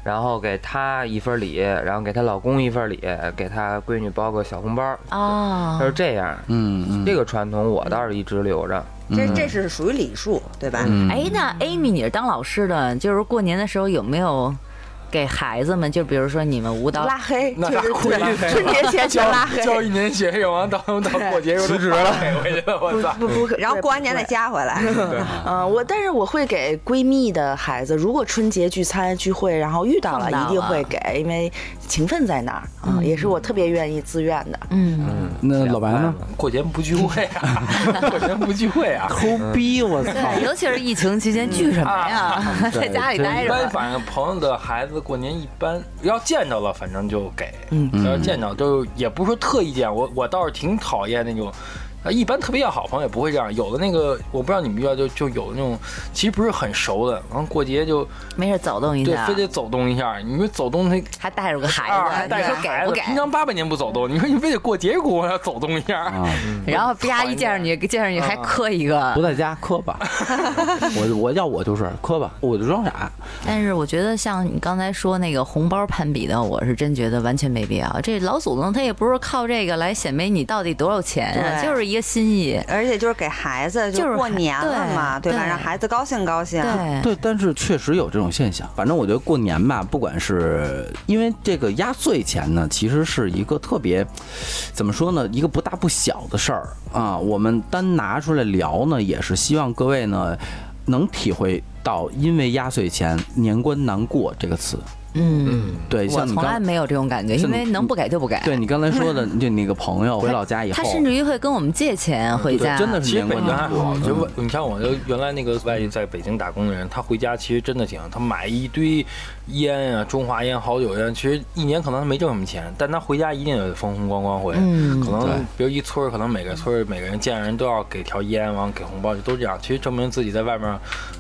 Speaker 5: 然后给她一份礼，然后给她老公一份礼，给她闺女包个小红包，
Speaker 2: 啊
Speaker 5: 她，是这样。
Speaker 1: 嗯嗯，
Speaker 5: 这个传统我倒是一直留着。
Speaker 3: 嗯
Speaker 6: 这这是属于礼数，对吧？
Speaker 2: 哎，那 Amy，你是当老师的，就是过年的时候有没有给孩子们，就比如说你们舞蹈
Speaker 4: 拉黑，
Speaker 3: 那
Speaker 4: 就是
Speaker 3: 故意拉黑
Speaker 4: 对春节前全拉黑，
Speaker 3: 交一年学费，完到到过节时候辞职了，给回去了， 我操！
Speaker 4: 不不可，
Speaker 6: 然后
Speaker 4: 对
Speaker 6: 过完年再。加回来。
Speaker 4: 嗯、我但是我会给闺蜜的孩子，如果春节聚餐聚会，然后遇到了，
Speaker 2: 碰到了
Speaker 4: 一定会给，因为情分在那儿啊、也是我特别愿意自愿的。
Speaker 2: 嗯，
Speaker 1: 那老白呢？
Speaker 3: 过节不聚会 啊，过节不聚会啊。
Speaker 1: 抠逼，我操！
Speaker 2: 对，尤其是疫情期间聚什么呀？
Speaker 3: 嗯
Speaker 2: 在家里待
Speaker 3: 一
Speaker 2: 着
Speaker 3: 般
Speaker 2: 吧。
Speaker 3: 反正朋友的孩子过年一般要见着了，反正就给。
Speaker 2: 嗯
Speaker 3: 要是见着就也不是说特意见，我我倒是挺讨厌那种。啊，一般特别要好朋友也不会这样，有的那个我不知道你们遇到就就有那种其实不是很熟的，然后过节就
Speaker 2: 没事走动一
Speaker 3: 对
Speaker 2: 下
Speaker 3: 非，得走动一下，你说走动那
Speaker 2: 还带着个
Speaker 6: 哦
Speaker 3: 啊
Speaker 2: 孩
Speaker 3: 还
Speaker 2: 子，嗯
Speaker 3: 带
Speaker 2: 你
Speaker 3: 着
Speaker 2: 说
Speaker 3: 孩
Speaker 2: 给
Speaker 3: 子
Speaker 2: 不，给？
Speaker 6: 嗯
Speaker 3: 平常八百年不走动，你说你非得过节给我要走动一下，
Speaker 1: 啊，
Speaker 2: 然后啪一见着你，
Speaker 6: 嗯
Speaker 2: 见着你还磕一
Speaker 1: 不
Speaker 2: 个。
Speaker 1: 在家磕 吧，我我要我就是磕吧，我就装傻。
Speaker 2: 但是我觉得像你刚才说那个红包攀比的，我是真觉得完全没必要。这老祖宗他也不是靠这个来显摆你到底多少钱啊，
Speaker 6: 对
Speaker 2: 就是一些心意。
Speaker 6: 而且就是给孩子，
Speaker 2: 就是
Speaker 6: 过
Speaker 2: 孩
Speaker 6: 年了
Speaker 2: 对
Speaker 6: 嘛，对吧？
Speaker 2: 对
Speaker 6: 让孩子高兴高兴。
Speaker 2: 对，
Speaker 1: 对，但是确实有这种现象。反正我觉得过年吧，不管是因为这个压岁钱呢，其实是一个特别怎么说呢，一个不大不小的事儿啊。我们单拿出来聊呢，也是希望各位呢能体会到，因为压岁钱“年关难过”这个词。
Speaker 2: 嗯，
Speaker 1: 对，
Speaker 2: 我
Speaker 1: 像你
Speaker 2: 从来
Speaker 1: 刚
Speaker 2: 没有这种感觉，
Speaker 1: 像
Speaker 2: 因
Speaker 1: 你
Speaker 2: 为能不给就不给。
Speaker 1: 对你刚才说的，就你那个朋友回老家以后
Speaker 2: 他，甚至于会跟我们借钱回
Speaker 1: 对
Speaker 2: 家，
Speaker 1: 真的是
Speaker 3: 其实
Speaker 1: 年
Speaker 3: 北
Speaker 1: 关
Speaker 3: 京还
Speaker 1: 难
Speaker 3: 好
Speaker 1: 过，。嗯
Speaker 3: 就外你看我的原来那个外地在北京打工的人，他回家其实真的挺，他买一堆烟啊，中华烟、好酒烟，其实一年可能没挣什么钱，但他回家一定得风风光光回来。
Speaker 2: 嗯
Speaker 3: 可
Speaker 1: 对
Speaker 3: 能比如一村儿，可能每个村儿每个人见人都要给条烟，完了给红包，就都这样。其实证明自己在外面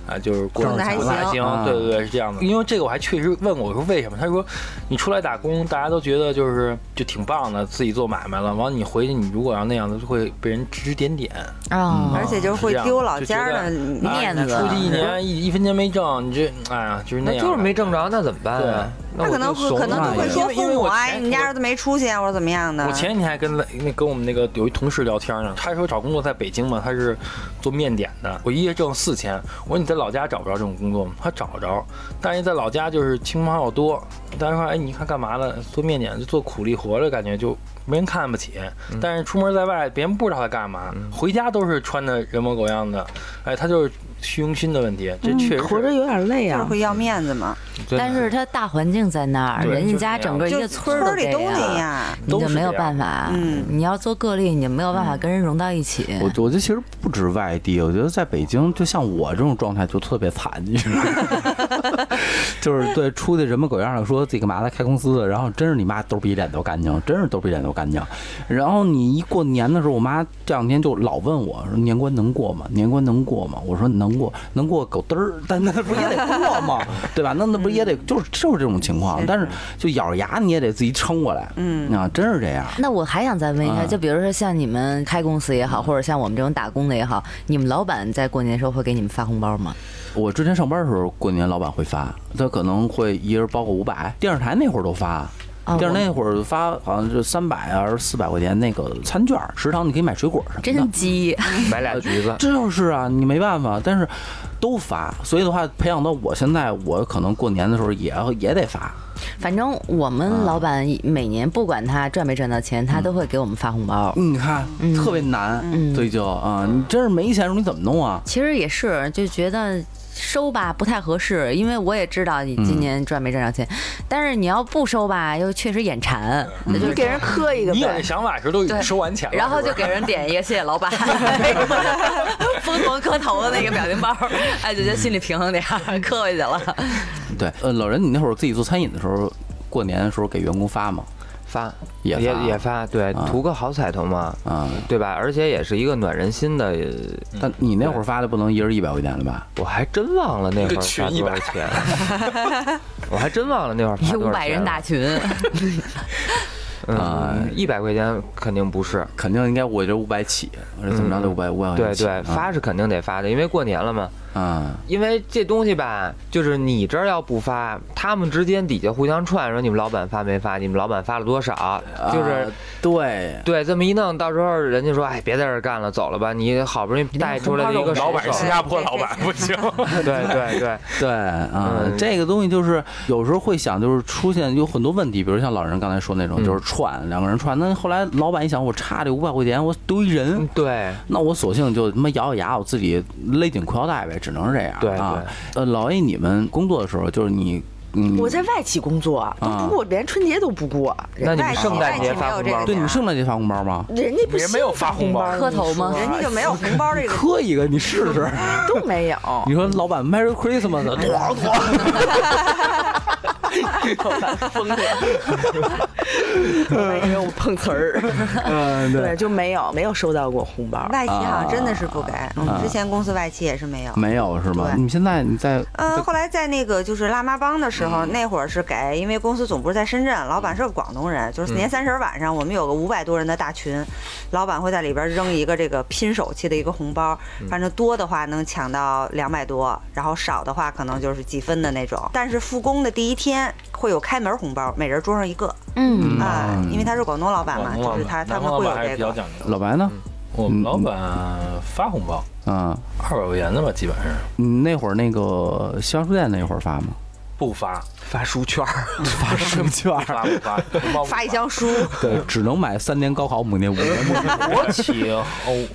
Speaker 3: 啊、就是过
Speaker 6: 挣得还
Speaker 3: 过还
Speaker 6: 行
Speaker 1: 啊
Speaker 3: 对对对，是这样的。因为这个我还确实问过，我说为什么？他说你出来打工，大家都觉得就是就挺棒的，自己做买卖了。完了你回去，你如果要那样的，就会被人指指点点。
Speaker 2: 啊
Speaker 6: 而且就是会丢老家的
Speaker 2: 面
Speaker 3: 啊你
Speaker 2: 子
Speaker 3: 出去一年一一分钱没挣，你这哎呀就是那
Speaker 5: 那
Speaker 3: 样，
Speaker 5: 就是没挣。着，那怎么办啊？那
Speaker 6: 他
Speaker 5: 我
Speaker 6: 可能
Speaker 5: 就
Speaker 6: 会
Speaker 5: 怂
Speaker 6: 可能
Speaker 5: 了
Speaker 6: 都会
Speaker 5: 呀
Speaker 6: 说
Speaker 3: 因为因
Speaker 6: 父
Speaker 3: 为
Speaker 6: 母
Speaker 3: 我
Speaker 6: 啊，
Speaker 3: 前
Speaker 6: 你家儿子没出息啊，或者怎么样的。
Speaker 3: 我前几天还跟那跟我们那个有一同事聊天呢，他说找工作在北京嘛，他是做面点的，我一月挣四千。我说你在老家找不着这种工作吗？他找着，但是在老家就是亲朋好友多，大家说哎你看干嘛呢？做面点就做苦力活了，感觉就没人看不起。但是出门在外，别人不知道他干嘛，回家都是穿的人模狗样的，哎，他就是虚荣心的问题，这确实是
Speaker 4: 活着有点累
Speaker 6: 就是
Speaker 4: 啊。
Speaker 6: 会要面子嘛，
Speaker 5: 真的
Speaker 2: 嗯但是他大环境在那儿，
Speaker 3: 对
Speaker 2: 人家
Speaker 3: 就是这
Speaker 2: 家
Speaker 3: 样
Speaker 2: 整个一
Speaker 6: 就
Speaker 2: 个村儿
Speaker 6: 村
Speaker 2: 都
Speaker 6: 里
Speaker 2: 这
Speaker 6: 都那
Speaker 2: 样，
Speaker 6: 样。
Speaker 2: 你就没有办法
Speaker 6: 都是这样。
Speaker 2: 你要做个例，你就没有办法跟人融到一起。
Speaker 1: 我我觉得其实不止外地，我觉得在北京，就像我这种状态就特别惨，你知道吗 就是对出去人模狗样的说自己干嘛的开公司的，然后真是你妈兜比脸都干净，真是兜比脸都干净。然后你一过年的时候，我妈这两天就老问我说年关能过吗？年关能过吗？我说能过，能过狗嘚儿，但那不也得过吗？对吧？那那不也得就是就是这种情况，但是就咬着牙你也得自己撑过来，嗯啊，真是这样。
Speaker 2: 那我还想再问一下，
Speaker 1: 嗯
Speaker 2: 就比如说像你们开公司也好，或者像我们这种打工的也好，你们老板在过年的时候会给你们发红包吗？
Speaker 1: 我之前上班的时候，过年老板会发，他可能会一人包个五百。电视台那会儿都发，
Speaker 2: 哦
Speaker 1: 电视台那会儿发好像是三百还是四百块钱那个餐券儿，食堂你可以买水果什么的。
Speaker 2: 真鸡，
Speaker 5: 买俩橘子，
Speaker 1: 这就是啊，你没办法，但是都发，所以的话，培养到我现在，我可能过年的时候也要也得发。
Speaker 2: 反正我们老板每年不管他赚没赚到钱，他都会给我们发红包。
Speaker 1: 你看，特别难，
Speaker 2: 嗯
Speaker 1: 所以就啊，你真是没钱的时候你怎么弄啊？
Speaker 2: 其实也是，就觉得收吧不太合适，因为我也知道你今年赚没赚着钱，但是你要不收吧，又确实眼馋，那就
Speaker 4: 你给人磕一个
Speaker 3: 你有
Speaker 4: 呗
Speaker 3: 这，想法的时候都已经
Speaker 2: 对
Speaker 3: 收完钱了，
Speaker 2: 然后
Speaker 3: 是不
Speaker 2: 就是给人点一个谢谢 老板，疯狂磕头的那个表情包，哎，就觉得心里平衡点儿，磕回去了。
Speaker 1: 对，呃，老人，你那会儿自己做餐饮的时候，过年的时候给员工发吗？
Speaker 5: 发
Speaker 1: 也
Speaker 5: 也
Speaker 1: 发
Speaker 5: 也发，啊对，图个好彩头嘛，
Speaker 1: 啊、
Speaker 5: 对吧？而且也是一个暖人心的，
Speaker 1: 但你那会儿发的不能一人一百块钱了吧？
Speaker 5: 我还真忘了那会儿发多少钱， 我还真忘了那会儿发
Speaker 2: 一
Speaker 5: 多
Speaker 2: 五
Speaker 1: 啊
Speaker 5: 少
Speaker 2: 百
Speaker 5: 钱
Speaker 2: 人
Speaker 5: 了
Speaker 2: 大，群，
Speaker 5: 嗯，一百块钱肯定不是，
Speaker 1: 肯定应该我这五百起，我这怎么着得五百五百块
Speaker 5: 对
Speaker 1: 钱起。
Speaker 5: 对，发是肯定得发的，因为过年了嘛。
Speaker 1: 啊，
Speaker 5: 因为这东西吧，就是你这儿要不发，他们之间底下互相串，说你们老板发没发，你们老板发了多少，就是
Speaker 1: 啊对，
Speaker 5: 对这么一弄，到时候人家说，哎，别在这儿干了，走了吧。你好不容易带出来的一个
Speaker 3: 老板
Speaker 5: 手
Speaker 3: 是新加坡老板不行。
Speaker 5: 对 对 对，
Speaker 1: 对啊、
Speaker 5: 嗯
Speaker 1: 这个东西就是有时候会想，就是出现有很多问题，比如像老人刚才说那种，就是串、两个人串。那后来老板一想，我差这五百块钱，我丢一人。
Speaker 5: 嗯对，
Speaker 1: 那我索性就他妈咬咬牙，我自己勒紧裤腰带呗，只能是这样
Speaker 5: 对
Speaker 1: 啊。呃，老 A，你们工作的时候，就是你，嗯，
Speaker 4: 我在外企工作，都
Speaker 3: 嗯
Speaker 4: 不过连春节都不过，
Speaker 5: 那你
Speaker 6: 外
Speaker 5: 们
Speaker 6: 企
Speaker 5: 圣
Speaker 6: 外
Speaker 5: 诞
Speaker 6: 企
Speaker 5: 节
Speaker 6: 没
Speaker 5: 发
Speaker 6: 有
Speaker 5: 红
Speaker 6: 这
Speaker 5: 包
Speaker 1: 对你
Speaker 6: 个点
Speaker 1: 们
Speaker 6: 儿
Speaker 1: 先来节发红包吗？
Speaker 4: 人家不
Speaker 3: 人没有发红包
Speaker 4: 兴
Speaker 2: 磕头吗
Speaker 4: 你
Speaker 6: 人
Speaker 4: 说
Speaker 6: 家就没有红包这 个点儿。
Speaker 1: 磕一个，你试试。
Speaker 4: 都没 有。
Speaker 1: 你说老板 Merry Christmas，咣啊 咣。
Speaker 4: 没有碰瓷 儿，
Speaker 1: 嗯，对
Speaker 4: 对，就没有没有收到过红包。
Speaker 6: 外企好
Speaker 5: 啊
Speaker 6: 像真的是不给，我们之前公司外企也是没有。
Speaker 1: 没有是吗？
Speaker 6: 对
Speaker 1: 你们现在你在
Speaker 6: 嗯，后来在那个就是辣妈帮的时候，
Speaker 5: 嗯
Speaker 6: 那会儿是给，因为公司总部在深圳，老板是个广东人，
Speaker 5: 嗯
Speaker 6: 就是年三十晚上，我们有个五百多人的大群，老板会在里边扔一个这个拼手气的一个红包，
Speaker 5: 嗯
Speaker 6: 反正多的话能抢到两百多，然后少的话可能就是几分的那种。但是复工的第一天会有开门红包，每人桌上一个
Speaker 2: 嗯，
Speaker 6: 啊，因为他是广东老板嘛，
Speaker 3: 广东
Speaker 6: 就
Speaker 3: 老
Speaker 6: 是
Speaker 3: 板
Speaker 6: 他他
Speaker 3: 南
Speaker 6: 们
Speaker 3: 方老
Speaker 6: 会
Speaker 3: 板
Speaker 6: 有
Speaker 3: 还是
Speaker 6: 这
Speaker 3: 比较
Speaker 6: 个。
Speaker 3: 讲究。
Speaker 1: 老白呢？
Speaker 3: 我们老板发红包
Speaker 1: 啊，
Speaker 3: 二百块钱的吧，基本上
Speaker 1: 你那会儿那个销售店那会儿发吗？
Speaker 3: 不发，
Speaker 5: 发书券儿，
Speaker 1: 发什么券
Speaker 3: 不发不发，红包不
Speaker 6: 发一箱书，
Speaker 1: 对，只能买三年高考五年五年
Speaker 3: 国企哦，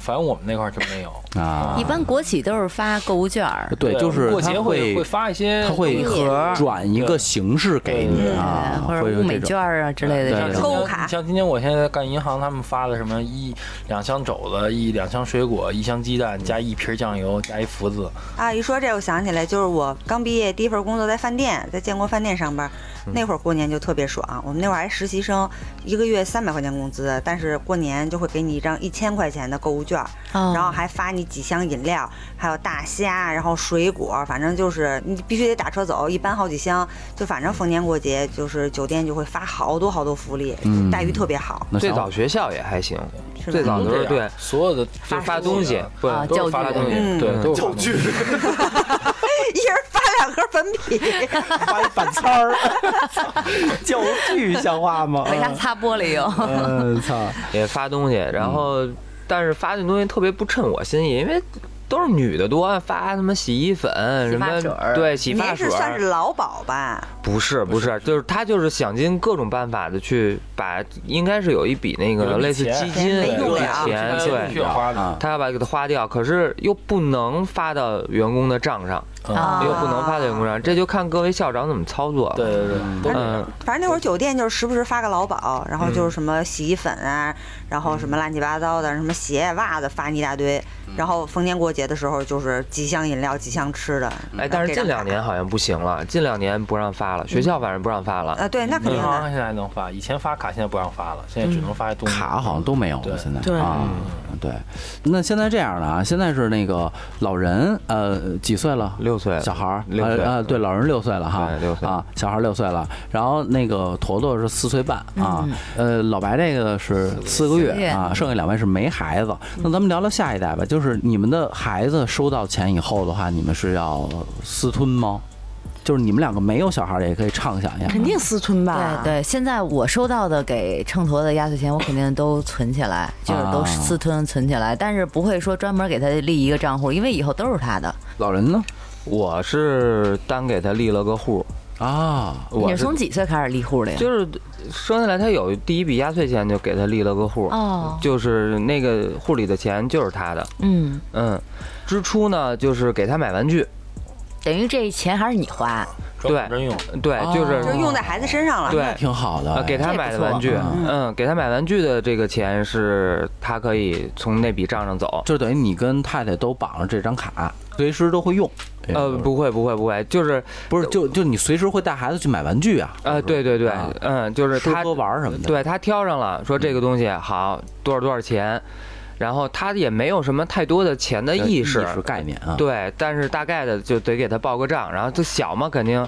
Speaker 3: 反正我们那块儿真没有。
Speaker 1: 啊
Speaker 2: 一。般国企都是发购物券儿，
Speaker 1: 对，就是
Speaker 3: 过节
Speaker 1: 他
Speaker 3: 会会发一些
Speaker 1: 他会
Speaker 2: 礼盒
Speaker 1: 转一个形式给你啊，
Speaker 2: 呃或
Speaker 1: 会
Speaker 2: 者
Speaker 1: 有
Speaker 2: 物
Speaker 1: 这
Speaker 2: 美
Speaker 1: 种
Speaker 2: 券儿啊之类的
Speaker 1: 对
Speaker 2: 这种
Speaker 3: 像今。
Speaker 6: 购物
Speaker 3: 天
Speaker 6: 卡
Speaker 3: 像今天我现在干银行，他们发的什么一两箱肘子，一两箱水果，一箱鸡蛋，加一瓶酱油，加一福字。
Speaker 6: 啊，一说这我想起来，就是我刚毕业第一份工作在饭店，在建国饭店上班，
Speaker 3: 嗯
Speaker 6: 那会儿过年就特别爽。我们那会儿还实习生，一个月三百块钱工资，但是过年就会给你一张一千块钱的购物券儿，
Speaker 2: 哦
Speaker 6: 然后还发你几箱饮料，还有大虾，然后水果，反正就是你必须得打车走，一般好几箱。就反正逢年过节，就是酒店就会发好多好多福利，
Speaker 1: 嗯
Speaker 6: 待遇特别好。
Speaker 1: 那
Speaker 5: 最
Speaker 1: 像
Speaker 5: 早学校也还行，
Speaker 6: 是吧
Speaker 5: 最早
Speaker 3: 都
Speaker 5: 都
Speaker 3: 这
Speaker 5: 是
Speaker 3: 样
Speaker 5: 对
Speaker 3: 所有的
Speaker 5: 就发东西，不
Speaker 2: 啊
Speaker 3: 都
Speaker 2: 教
Speaker 3: 是发
Speaker 2: 具
Speaker 3: 东西，
Speaker 6: 嗯
Speaker 3: 对，都是
Speaker 5: 教
Speaker 3: 具。
Speaker 6: 一人发两盒粉笔，
Speaker 1: 发一板签儿，教具像话吗？
Speaker 2: 回家擦玻璃哟。
Speaker 1: 嗯，操，
Speaker 5: 也发东西，然
Speaker 3: 嗯
Speaker 5: 后但是发那东西特别不趁我心意，因为都是女的多，发什么洗衣粉什
Speaker 2: 发
Speaker 5: 么
Speaker 2: 水儿
Speaker 5: 对洗发
Speaker 6: 您
Speaker 5: 水
Speaker 6: 是
Speaker 5: 儿，
Speaker 6: 算是劳保吧？
Speaker 5: 不是不是，就是他就是想尽各种办法的去把，应该是有一笔那
Speaker 3: 有
Speaker 5: 个
Speaker 3: 一笔
Speaker 5: 类似
Speaker 3: 钱
Speaker 5: 基金，
Speaker 6: 没
Speaker 5: 有
Speaker 6: 用
Speaker 5: 一笔
Speaker 6: 了啊
Speaker 5: 钱，
Speaker 3: 去
Speaker 5: 对，
Speaker 3: 花的，
Speaker 1: 啊
Speaker 5: 他要把它给它花掉，可是又不能发到员工的账上，
Speaker 3: 嗯
Speaker 2: 啊
Speaker 5: 又不能发到员工账，这就看各位校长怎么操作。
Speaker 3: 对，对对，都是这样
Speaker 5: 嗯，
Speaker 6: 反正那会儿酒店就是时不时发个劳保，然后就是什么洗衣粉啊，然后
Speaker 5: 嗯
Speaker 6: 什么乱七八糟的，什么鞋袜子发你一大堆，然后逢年过节的时候就是几箱饮料几箱吃的。
Speaker 5: 哎，但是近两年好像不行了，近两年不让发了，学校反正不让发了。
Speaker 6: 呃，对，那肯定
Speaker 3: 银行
Speaker 6: 的。嗯
Speaker 3: 现在还能发，以前发卡现在不让发了，现在只能发东西。
Speaker 1: 卡好像都没有了，
Speaker 3: 对
Speaker 1: 现在
Speaker 4: 对
Speaker 1: 啊，
Speaker 5: 嗯
Speaker 1: 对。那现在这样的啊，现在是那个老人呃几岁了？
Speaker 5: 六岁了
Speaker 1: 小孩儿
Speaker 5: 六岁
Speaker 1: 呃呃对，老人六岁了哈，
Speaker 5: 对六岁
Speaker 1: 啊，小孩儿六岁了。然后那个坨坨是四岁半啊，呃，老白这个是四个
Speaker 2: 四个
Speaker 1: 月
Speaker 2: 月
Speaker 1: 啊，剩下两位是没孩子。那咱们聊聊下一代吧，就是你们的孩子收到钱以后的话，你们是要私吞吗？就是你们两个没有小孩儿的也可以畅想一下，
Speaker 4: 肯定私吞吧？
Speaker 2: 对对，现在我收到的给秤砣的压岁钱，我肯定都存起来，就是
Speaker 1: 啊
Speaker 2: 都私吞存起来，但是不会说专门给他立一个账户，因为以后都是他的。
Speaker 1: 老人呢？
Speaker 5: 我是单给他立了个户，
Speaker 1: 啊，
Speaker 5: 我
Speaker 2: 你是从几岁开始立户的呀？
Speaker 5: 就是生下来他有第一笔压岁钱就给他立了个户，
Speaker 2: 哦
Speaker 5: 就是那个户里的钱就是他的，
Speaker 2: 嗯，
Speaker 5: 嗯，支出呢就是给他买玩具，
Speaker 2: 等于这钱还是你花，
Speaker 3: 专门
Speaker 5: 对
Speaker 3: 用。
Speaker 5: 对，就是
Speaker 6: 就是用在孩子身上了，
Speaker 5: 嗯对。
Speaker 1: 挺好的
Speaker 5: 呃，
Speaker 1: 哎，
Speaker 5: 给他买的玩具
Speaker 1: 这不错，
Speaker 5: 嗯，给他买玩具的这个钱是他可以从那笔账上走，
Speaker 1: 就等于你跟太太都绑了这张卡，随时都会用。
Speaker 5: 呃，不会不会不会，就是
Speaker 1: 不是，就就你随时会带孩子去买玩具啊？
Speaker 5: 呃，对对对
Speaker 1: 啊，
Speaker 5: 嗯，就是
Speaker 1: 吃
Speaker 5: 他
Speaker 1: 喝玩什么的。，
Speaker 5: 对他挑上了，说这个东西好多少多少钱，然后他也没有什么太多的钱的意识，
Speaker 1: 概念啊。
Speaker 5: 对，但是大概的就得给他报个账，然后这小嘛肯定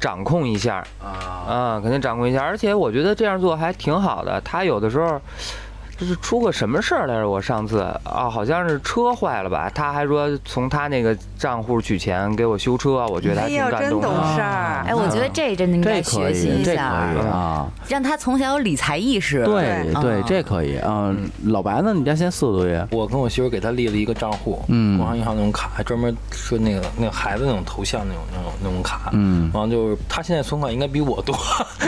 Speaker 5: 掌控一下，
Speaker 1: 啊，
Speaker 5: 啊、肯定掌控一下，而且我觉得这样做还挺好的。他有的时候就是出个什么事儿来着？我上次啊，好像是车坏了吧，他还说从他那个账户取钱给我修车，我觉得还
Speaker 6: 哎
Speaker 5: 挺
Speaker 6: 呦，
Speaker 5: 感
Speaker 6: 真
Speaker 5: 动
Speaker 6: 懂
Speaker 5: 的。
Speaker 6: 事儿
Speaker 2: 哎，。我觉得这真的应
Speaker 1: 这
Speaker 2: 该学
Speaker 1: 可
Speaker 2: 习
Speaker 1: 以，
Speaker 2: 一
Speaker 1: 这可以
Speaker 2: 下，
Speaker 1: 啊。
Speaker 2: 让他从小有理财意识。
Speaker 1: 对
Speaker 2: 对
Speaker 1: 对，
Speaker 2: 啊
Speaker 1: 这可以啊。老白呢？你家现在四个多啊月，
Speaker 3: 我跟我媳妇给他立了一个账户，
Speaker 1: 嗯
Speaker 3: 工商银行那种卡，还专门说那个那个孩子那种头像那种那种那种卡，
Speaker 1: 嗯
Speaker 3: 然后就是他现在存款应该比我多，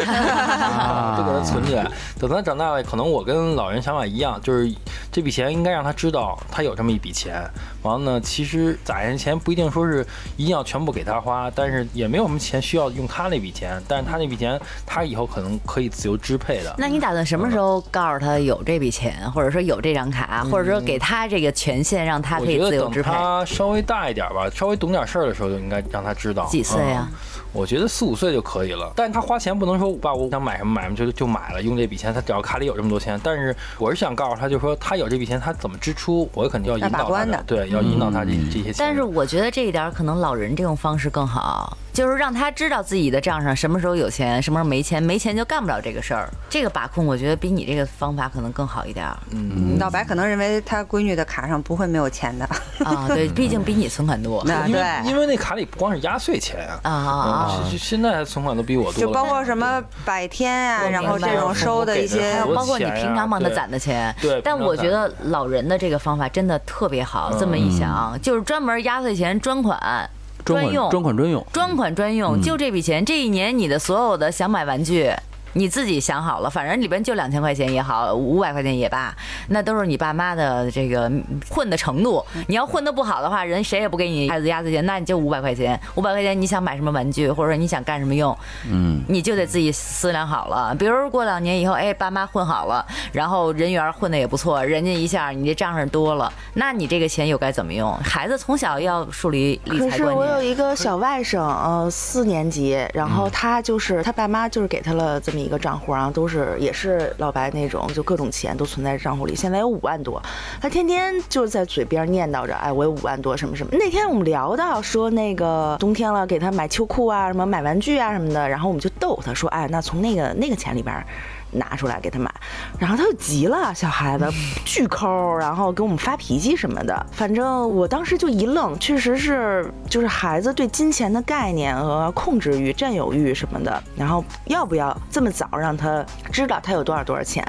Speaker 3: 就给他存起来。等他长大了，可能我跟老人想法一样，就是这笔钱应该让他知道他有这么一笔钱。完了呢，其实攒下钱不一定说是一定要全部给他花，但是也没有什么钱需要用他那笔钱，但是他那笔钱他以后可能可以自由支配的。
Speaker 2: 那你打算什么时候告诉他有这笔钱，或者说有这张卡，或者说给他这个权限，让他
Speaker 3: 我
Speaker 2: 可以
Speaker 3: 觉得
Speaker 2: 自由
Speaker 3: 等
Speaker 2: 支配？
Speaker 3: 他稍微大一点吧，稍微懂点事儿的时候，就应该让他知道。
Speaker 2: 几岁啊
Speaker 3: 嗯我觉得四五岁就可以了。但是他花钱不能说爸，我想买什么买什么就就买了，用这笔钱。他只要卡里有这么多钱，但是我是想告诉他，就是说他有这笔钱，他怎么支出，我肯定要引
Speaker 6: 要把
Speaker 3: 导他
Speaker 6: 关的嗯
Speaker 3: 对，要引导他这这些钱。
Speaker 2: 但是我觉得这一点儿可能老人这种方式更好。就是让他知道自己的账上什么时候有钱，什么时候没钱，没钱就干不了这个事儿。这个把控，我觉得比你这个方法可能更好一点儿
Speaker 3: 嗯
Speaker 6: 老白可能认为他闺女的卡上不会没有钱的，
Speaker 2: 啊。对，毕竟比你存款多
Speaker 6: 那
Speaker 3: 因为
Speaker 6: 对，
Speaker 3: 因为那卡里不光是压岁钱啊，
Speaker 2: 啊啊啊！
Speaker 3: 嗯，现现在存款都比我多了，
Speaker 6: 就包括什么百天啊，然后这种收的一些
Speaker 3: 我
Speaker 2: 包括你
Speaker 3: 钱呀
Speaker 2: 平常帮他
Speaker 3: 对
Speaker 2: 攒的钱，
Speaker 3: 对
Speaker 2: 但
Speaker 3: 平常
Speaker 2: 我觉得老人的这个方法真的特别好。这么一想，就是专门压岁钱专款、
Speaker 1: 专款
Speaker 2: 用、
Speaker 1: 嗯专款专用，嗯
Speaker 2: 专款专用，就这笔钱，这一年你的所有的想买玩具。你自己想好了，反正里边就两千块钱也好，五百块钱也罢，那都是你爸妈的这个混的程度。
Speaker 1: 嗯
Speaker 2: 你要混的不好的话，人谁也不给你孩子压岁钱，那你就五百块钱，五百块钱你想买什么玩具，或者说你想干什么用，
Speaker 1: 嗯，
Speaker 2: 你就得自己思量好了。比如过两年以后，哎，爸妈混好了，然后人缘混的也不错，人家一下你这账上多了，那你这个钱又该怎么用？孩子从小要树立理
Speaker 4: 可
Speaker 2: 财
Speaker 4: 是
Speaker 2: 观
Speaker 4: 我有
Speaker 2: 念。
Speaker 4: 一个小外甥，呃，四年级，然后他就是他爸妈就是给他了这么一个账户，然后都是也是老白那种，就各种钱都存在账户里，现在有五万多，他天天就在嘴边念叨着，哎，我有五万多什么什么。那天我们聊到说那个冬天了，给他买秋裤啊，什么买玩具啊什么的，然后我们就逗他说，哎，那从那个那个钱里边。拿出来给他买，然后他就急了，小孩子巨抠，然后给我们发脾气什么的。反正我当时就一愣，确实是就是孩子对金钱的概念和控制欲、占有欲什么的。然后要不要这么早让他知道他有多少多少钱？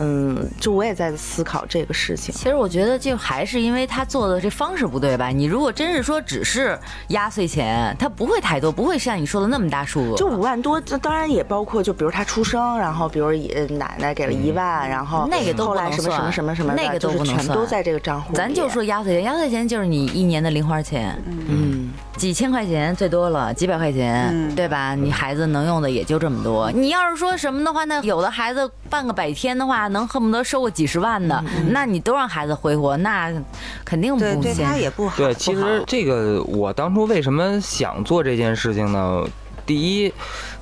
Speaker 4: 嗯，就我也在思考这个事情。
Speaker 2: 其实我觉得就还是因为他做的这方式不对吧？你如果真是说只是压岁钱，他不会太多，不会像你说的那么大数额。
Speaker 4: 就五万多，这当然也包括，就比如他出生，然后比如也奶奶给了一万，然后
Speaker 2: 嗯那个都不
Speaker 4: 后来
Speaker 2: 能
Speaker 4: 什么什么
Speaker 2: 算
Speaker 4: 什么什么的，
Speaker 2: 那个都
Speaker 4: 就是
Speaker 2: 不能
Speaker 4: 全都
Speaker 2: 算
Speaker 4: 在这个账户里。
Speaker 2: 咱就说压岁钱，压岁钱就是你一年的零花钱，
Speaker 4: 嗯，
Speaker 2: 几千块钱最多了，几百块钱，
Speaker 6: 嗯
Speaker 2: 对吧？你孩子能用的也就这么多。你要是说什么的话，那有的孩子办个百天的话，能恨不得收个几十万的，那你都让孩子挥霍，那肯定不
Speaker 6: 嗯对
Speaker 2: 现
Speaker 6: 对他
Speaker 2: 实
Speaker 6: 也不好。
Speaker 5: 对，其实这个我当初为什么想做这件事情呢？第一，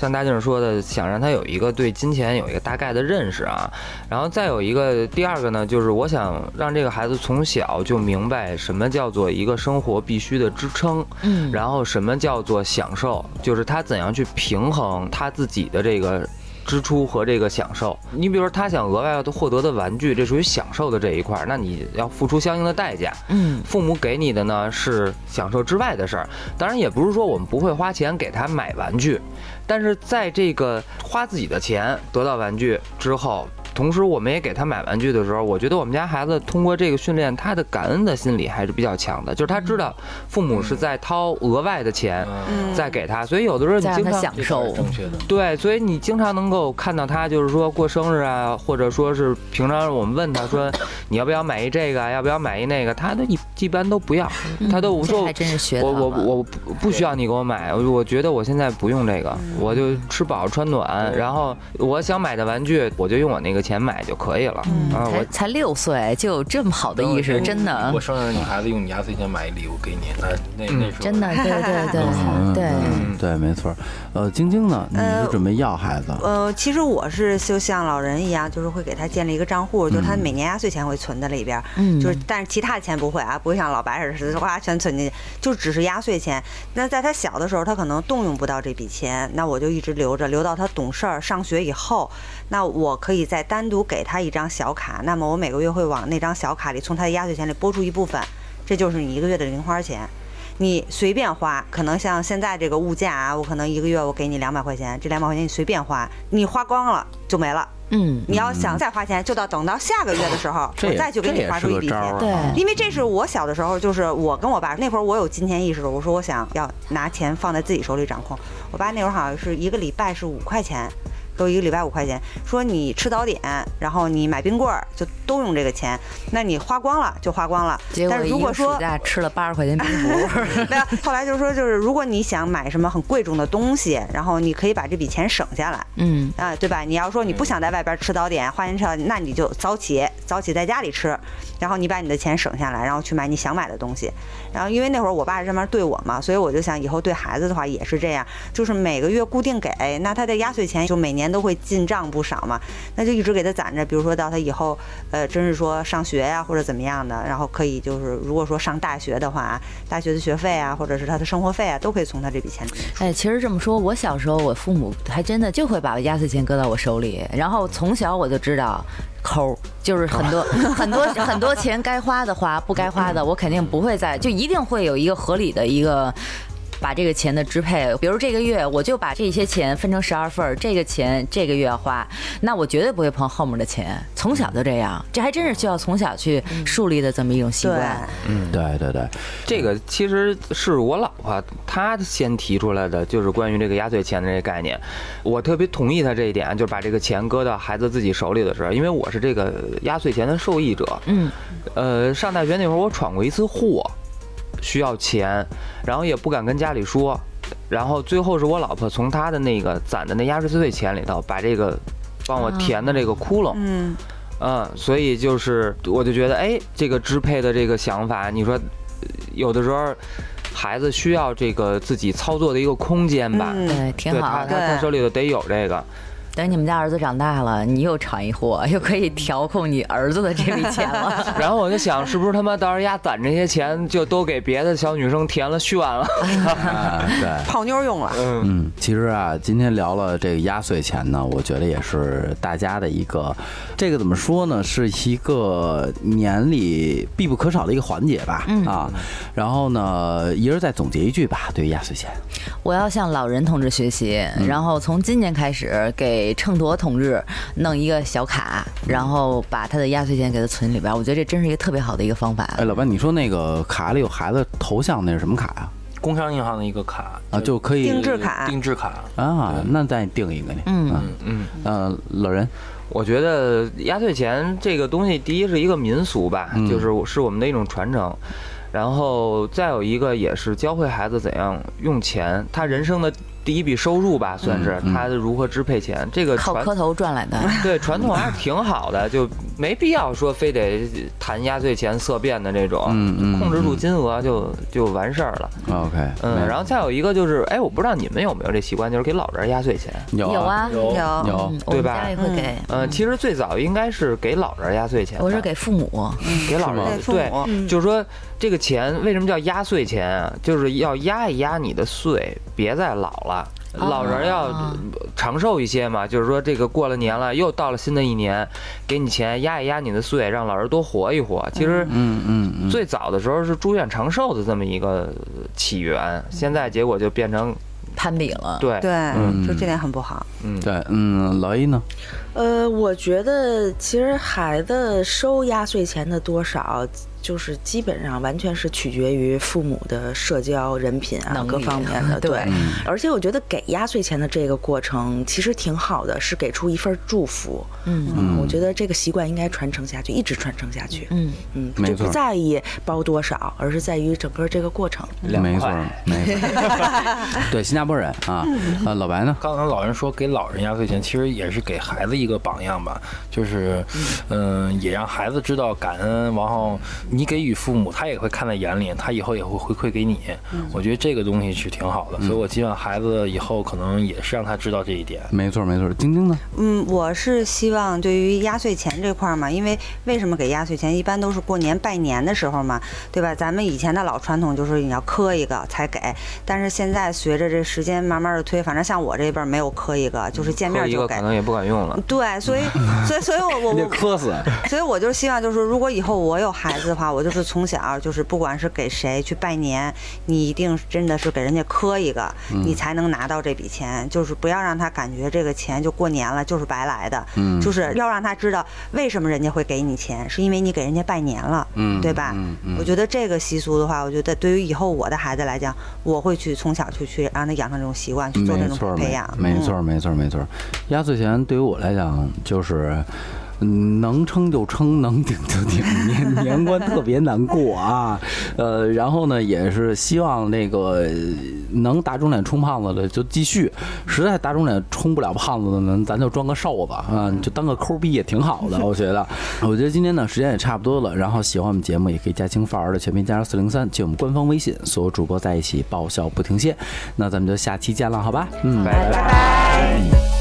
Speaker 5: 像大静儿说的，想让他有一个对金钱有一个大概的认识啊。然后再有一个，第二个呢，就是我想让这个孩子从小就明白什么叫做一个生活必须的支撑，
Speaker 2: 嗯
Speaker 5: 然后什么叫做享受，就是他怎样去平衡他自己的这个。支出和这个享受，你比如说他想额外获得的玩具，这属于享受的这一块儿，那你要付出相应的代价。
Speaker 2: 嗯
Speaker 5: 父母给你的呢是享受之外的事儿，当然也不是说我们不会花钱给他买玩具，但是在这个花自己的钱得到玩具之后，同时我们也给他买玩具的时候，我觉得我们家孩子通过这个训练，他的感恩的心理还是比较强的，就是他知道父母
Speaker 2: 嗯
Speaker 5: 是在掏额外的钱
Speaker 3: 嗯，
Speaker 5: 在给他，所以有的时候你
Speaker 2: 再让
Speaker 5: 经
Speaker 2: 他
Speaker 5: 常
Speaker 2: 享
Speaker 3: 这
Speaker 2: 受
Speaker 3: 才是。正确的。
Speaker 5: 对，所以你经常能够看到他，就是说过生日啊，或者说是平常我们问他说你要不要买一这个啊，要不要买一那个，他都一一般都不要，
Speaker 2: 嗯
Speaker 5: 他都
Speaker 2: 这
Speaker 5: 说
Speaker 2: 还真是学
Speaker 5: 我
Speaker 2: 到
Speaker 5: 我
Speaker 2: 了
Speaker 5: 我不不需要你给我买，我我觉得我现在不用这个，我就吃饱穿暖，然后我想买的玩具我就用我那个钱买就可以了。啊，
Speaker 2: 才
Speaker 5: 我
Speaker 2: 才六岁就有这么好的意识，真的
Speaker 3: 我，生日你孩子用你压岁钱买礼物给你，那那那时候
Speaker 2: 真的，对对对
Speaker 1: 嗯
Speaker 2: 对，
Speaker 1: 嗯对，没错儿。呃，晶晶呢？你
Speaker 6: 呃
Speaker 1: 是准备要孩子？
Speaker 6: 呃，其实我是就像老人一样，就是会给他建立一个账户，就是他每年压岁钱会存在里边儿，
Speaker 2: 嗯
Speaker 6: 就是但是其他钱不会啊，不会像老白似的哇全存进去，就只是压岁钱。那在他小的时候，他可能动用不到这笔钱，那我就一直留着，留到他懂事儿上学以后，那我可以再单独给他一张小卡，那么我每个月会往那张小卡里从他的压岁钱里拨出一部分，这就是你一个月的零花钱。你随便花，可能像现在这个物价啊，我可能一个月我给你两百块钱，这两百块钱你随便花，你花光了就没了。
Speaker 2: 嗯，
Speaker 6: 你要想再花钱，就到等到下个月的时候，
Speaker 1: 这
Speaker 6: 我
Speaker 1: 也
Speaker 6: 再去给
Speaker 1: 这
Speaker 6: 你
Speaker 1: 也
Speaker 6: 花
Speaker 1: 是
Speaker 6: 出一
Speaker 1: 个
Speaker 6: 笔
Speaker 1: 招儿
Speaker 6: 钱
Speaker 1: 啊。。
Speaker 2: 对
Speaker 6: 因为这是我小的时候，就是我跟我爸那会儿，我有金钱意识了。我说我想要拿钱放在自己手里掌控。我爸那会儿好像是一个礼拜是五块钱，给我一个礼拜五块钱，说你吃早点，然后你买冰棍儿，就都用这个钱。那你花光了就花光了。
Speaker 2: 结果
Speaker 6: 但是如
Speaker 2: 一
Speaker 6: 果
Speaker 2: 个暑
Speaker 6: 说
Speaker 2: 假吃了八十块钱冰壶，
Speaker 6: 没有，啊后来就是说，就是如果你想买什么很贵重的东西，然后你可以把这笔钱省下来，
Speaker 2: 嗯，
Speaker 6: 嗯啊，对吧？你要说你不想在外边吃早点，花钱吃早点，那你就早起，早起在家里吃。然后你把你的钱省下来，然后去买你想买的东西。然后因为那会儿我爸是这么对我嘛，所以我就想以后对孩子的话也是这样，就是每个月固定给，那他的压岁钱就每年都会进账不少嘛，那就一直给他攒着，比如说到他以后呃真是说上学呀、或者怎么样的，然后可以就是如果说上大学的话，大学的学费啊或者是他的生活费啊都可以从他这笔钱里面出。
Speaker 2: 哎，其实这么说，我小时候我父母还真的就会把压岁钱搁到我手里，然后从小我就知道抠儿，就是 很多、很多很多钱该花的花，不该花的我肯定不会再，就一定会有一个合理的一个。把这个钱的支配，比如这个月我就把这些钱分成十二份儿，这个钱这个月要花，那我绝对不会碰后面的钱。从小就这样，这还真是需要从小去
Speaker 5: 嗯
Speaker 2: 树立的这么一种习
Speaker 6: 对，
Speaker 2: 惯。
Speaker 1: 对对对，
Speaker 5: 这个其实是我老婆她先提出来的，就是关于这个压岁钱的这个概念。我特别同意她这一点，啊就是把这个钱搁到孩子自己手里的时候，因为我是这个压岁钱的受益者。
Speaker 2: 嗯，
Speaker 5: 呃，上大学那会儿我闯过一次祸，需要钱，然后也不敢跟家里说，然后最后是我老婆从她的那个攒的那压岁岁钱里头把这个帮我填的这个窟窿。
Speaker 6: 嗯。
Speaker 5: 嗯，所以就是我就觉得，哎，这个支配的这个想法，你说呃有的时候孩子需要这个自己操作的一个空间吧，
Speaker 6: 嗯
Speaker 2: 对，挺
Speaker 5: 对
Speaker 2: 好
Speaker 5: 他
Speaker 2: 的。
Speaker 5: 他他
Speaker 6: 对
Speaker 5: 手里头得有这个，
Speaker 2: 等你们家儿子长大了，你又闯一祸，又可以调控你儿子的这笔钱 了。
Speaker 5: 然后我就想，是不是他妈到时候丫攒这些钱就都给别的小女生填了炫了？
Speaker 1: 啊对。
Speaker 6: 泡妞用了，
Speaker 5: 嗯，
Speaker 1: 嗯，其实啊，今天聊了这个压岁钱呢，我觉得也是大家的一个，这个怎么说呢，是一个年里必不可少的一个环节吧，
Speaker 2: 嗯
Speaker 1: 啊，然后呢，一人再总结一句吧，对于压岁钱，
Speaker 2: 我要向老人同志学习， 然后从今年开始给秤砣同志弄一个小卡，然后把他的压岁钱给他存里边儿。我觉得这真是一个特别好的一个方法。
Speaker 1: 哎，老班，你说那个卡里有孩子头像，那是什么卡呀、
Speaker 3: 工商银行的一个卡
Speaker 1: 啊？就可以
Speaker 6: 定制卡
Speaker 3: 定制卡，
Speaker 1: 啊，那再定一个呢，
Speaker 2: 嗯
Speaker 1: 啊
Speaker 5: 嗯，
Speaker 1: 呃，老人，
Speaker 5: 我觉得压岁钱这个东西，第一是一个民俗吧，
Speaker 1: 嗯
Speaker 5: 就是是我们的一种传承。然后再有一个也是教会孩子怎样用钱，他人生的第一笔收入吧，算是
Speaker 1: 嗯
Speaker 5: 他如何支配钱。这个
Speaker 2: 靠
Speaker 5: 传
Speaker 2: 磕头赚来的。
Speaker 5: 对传统还是挺好的，就没必要说非得谈压岁钱色变的这种，
Speaker 1: 嗯嗯
Speaker 5: 控制住金额就就完事儿了。
Speaker 1: ，OK，
Speaker 5: 嗯，然后再有一个就是，哎，我不知道你们有没有这习惯，就是给老人压岁钱。
Speaker 1: 有
Speaker 2: 有，啊，
Speaker 3: 有
Speaker 6: 有
Speaker 1: 有
Speaker 2: 嗯，我
Speaker 5: 对
Speaker 2: 们
Speaker 5: 吧
Speaker 2: 家也会
Speaker 6: 嗯
Speaker 2: 给。
Speaker 5: 嗯，其实最早应该是给老人压岁钱的，
Speaker 2: 我是给父母，
Speaker 5: 给老人
Speaker 6: 对
Speaker 5: 家
Speaker 6: 父
Speaker 5: 对，
Speaker 6: 母，嗯
Speaker 5: 就是说这个钱为什么叫压岁钱啊？就是要压一压你的岁，别再老了。老人要
Speaker 2: 啊
Speaker 5: 长寿一些嘛，就是说这个过了年了，又到了新的一年，给你钱压一压你的岁，让老人多活一活。其实
Speaker 1: 嗯嗯嗯，
Speaker 5: 最早的时候是祝愿长寿的这么一个起源，现在结果就变成
Speaker 2: 攀比了。
Speaker 5: 对，
Speaker 1: 嗯
Speaker 6: 对，就这点很不好。
Speaker 5: 嗯，
Speaker 1: 对，嗯，老一呢，
Speaker 4: 呃，我觉得其实孩子收压岁钱的多少，就是基本上完全是取决于父母的社交、人品啊
Speaker 2: 能
Speaker 4: 各
Speaker 2: 力
Speaker 4: 方面 的。
Speaker 2: 对嗯
Speaker 4: 而且我觉得给压岁钱的这个过程其实挺好的，是给出一份祝福。
Speaker 2: 嗯
Speaker 4: 嗯，我觉得这个习惯应该传承下去，一直传承下去。
Speaker 2: 嗯，
Speaker 4: 嗯，
Speaker 1: 没
Speaker 4: 就
Speaker 1: 错
Speaker 4: 不在意包多少，而是在于整个这个过程。
Speaker 1: 没错儿，没错儿， 对，新加坡人啊，呃，老白呢？
Speaker 3: 刚才老人说给老人压岁钱，其实也是给孩子一个榜样吧，就是，嗯、也让孩子知道感恩，然后你给予父母，他也会看在眼里，他以后也会回馈给你。我觉得这个东西是挺好的，所以我希望孩子以后可能也是让他知道这一点。
Speaker 1: 没错，没错。晶晶呢？
Speaker 6: 嗯，我是希望对于压岁钱这块儿嘛，因为为什么给压岁钱，一般都是过年拜年的时候嘛，对吧？咱们以前的老传统就是你要磕一个才给，但是现在随着这时间慢慢的推，反正像我这辈儿没有磕一个，就是见面
Speaker 5: 磕
Speaker 6: 儿
Speaker 5: 一个
Speaker 6: 就给
Speaker 5: 可。能也不管用了。
Speaker 6: 对，所以，所以，所以我我我
Speaker 1: 磕死。
Speaker 6: 所以我就是希望，就是如果以后我有孩子的话，我就是从小就是不管是给谁去拜年，你一定真的是给人家磕一个，
Speaker 1: 嗯
Speaker 6: 你才能拿到这笔钱。就是不要让他感觉这个钱就过年了就是白来的，
Speaker 1: 嗯
Speaker 6: 就是要让他知道为什么人家会给你钱，是因为你给人家拜年了，
Speaker 1: 嗯
Speaker 6: 对吧？
Speaker 1: 嗯嗯
Speaker 6: 我觉得这个习俗的话，我觉得对于以后我的孩子来讲，我会去从小去去让他养成这种习惯，去做这
Speaker 1: 没
Speaker 6: 种
Speaker 1: 错，
Speaker 6: 培
Speaker 1: 没
Speaker 6: 养。
Speaker 1: 没
Speaker 6: 嗯
Speaker 1: 错，没错，没错。压岁钱对于我来讲，就是嗯能撑就撑，能顶就顶，年 年关特别难过啊。呃，然后呢，也是希望那个呃能打肿脸充胖子的就继续，实在打肿脸充不了胖子的呢，咱就装个瘦子啊，就当个抠逼也挺好的，我觉得。 我觉得今天呢时间也差不多了，然后喜欢我们节目也可以加清范儿的全拼加上四零三，进我们官方微信，所有主播在一起爆笑不停歇。那咱们就下期见了，好吧？嗯，
Speaker 5: 拜拜。
Speaker 1: 拜拜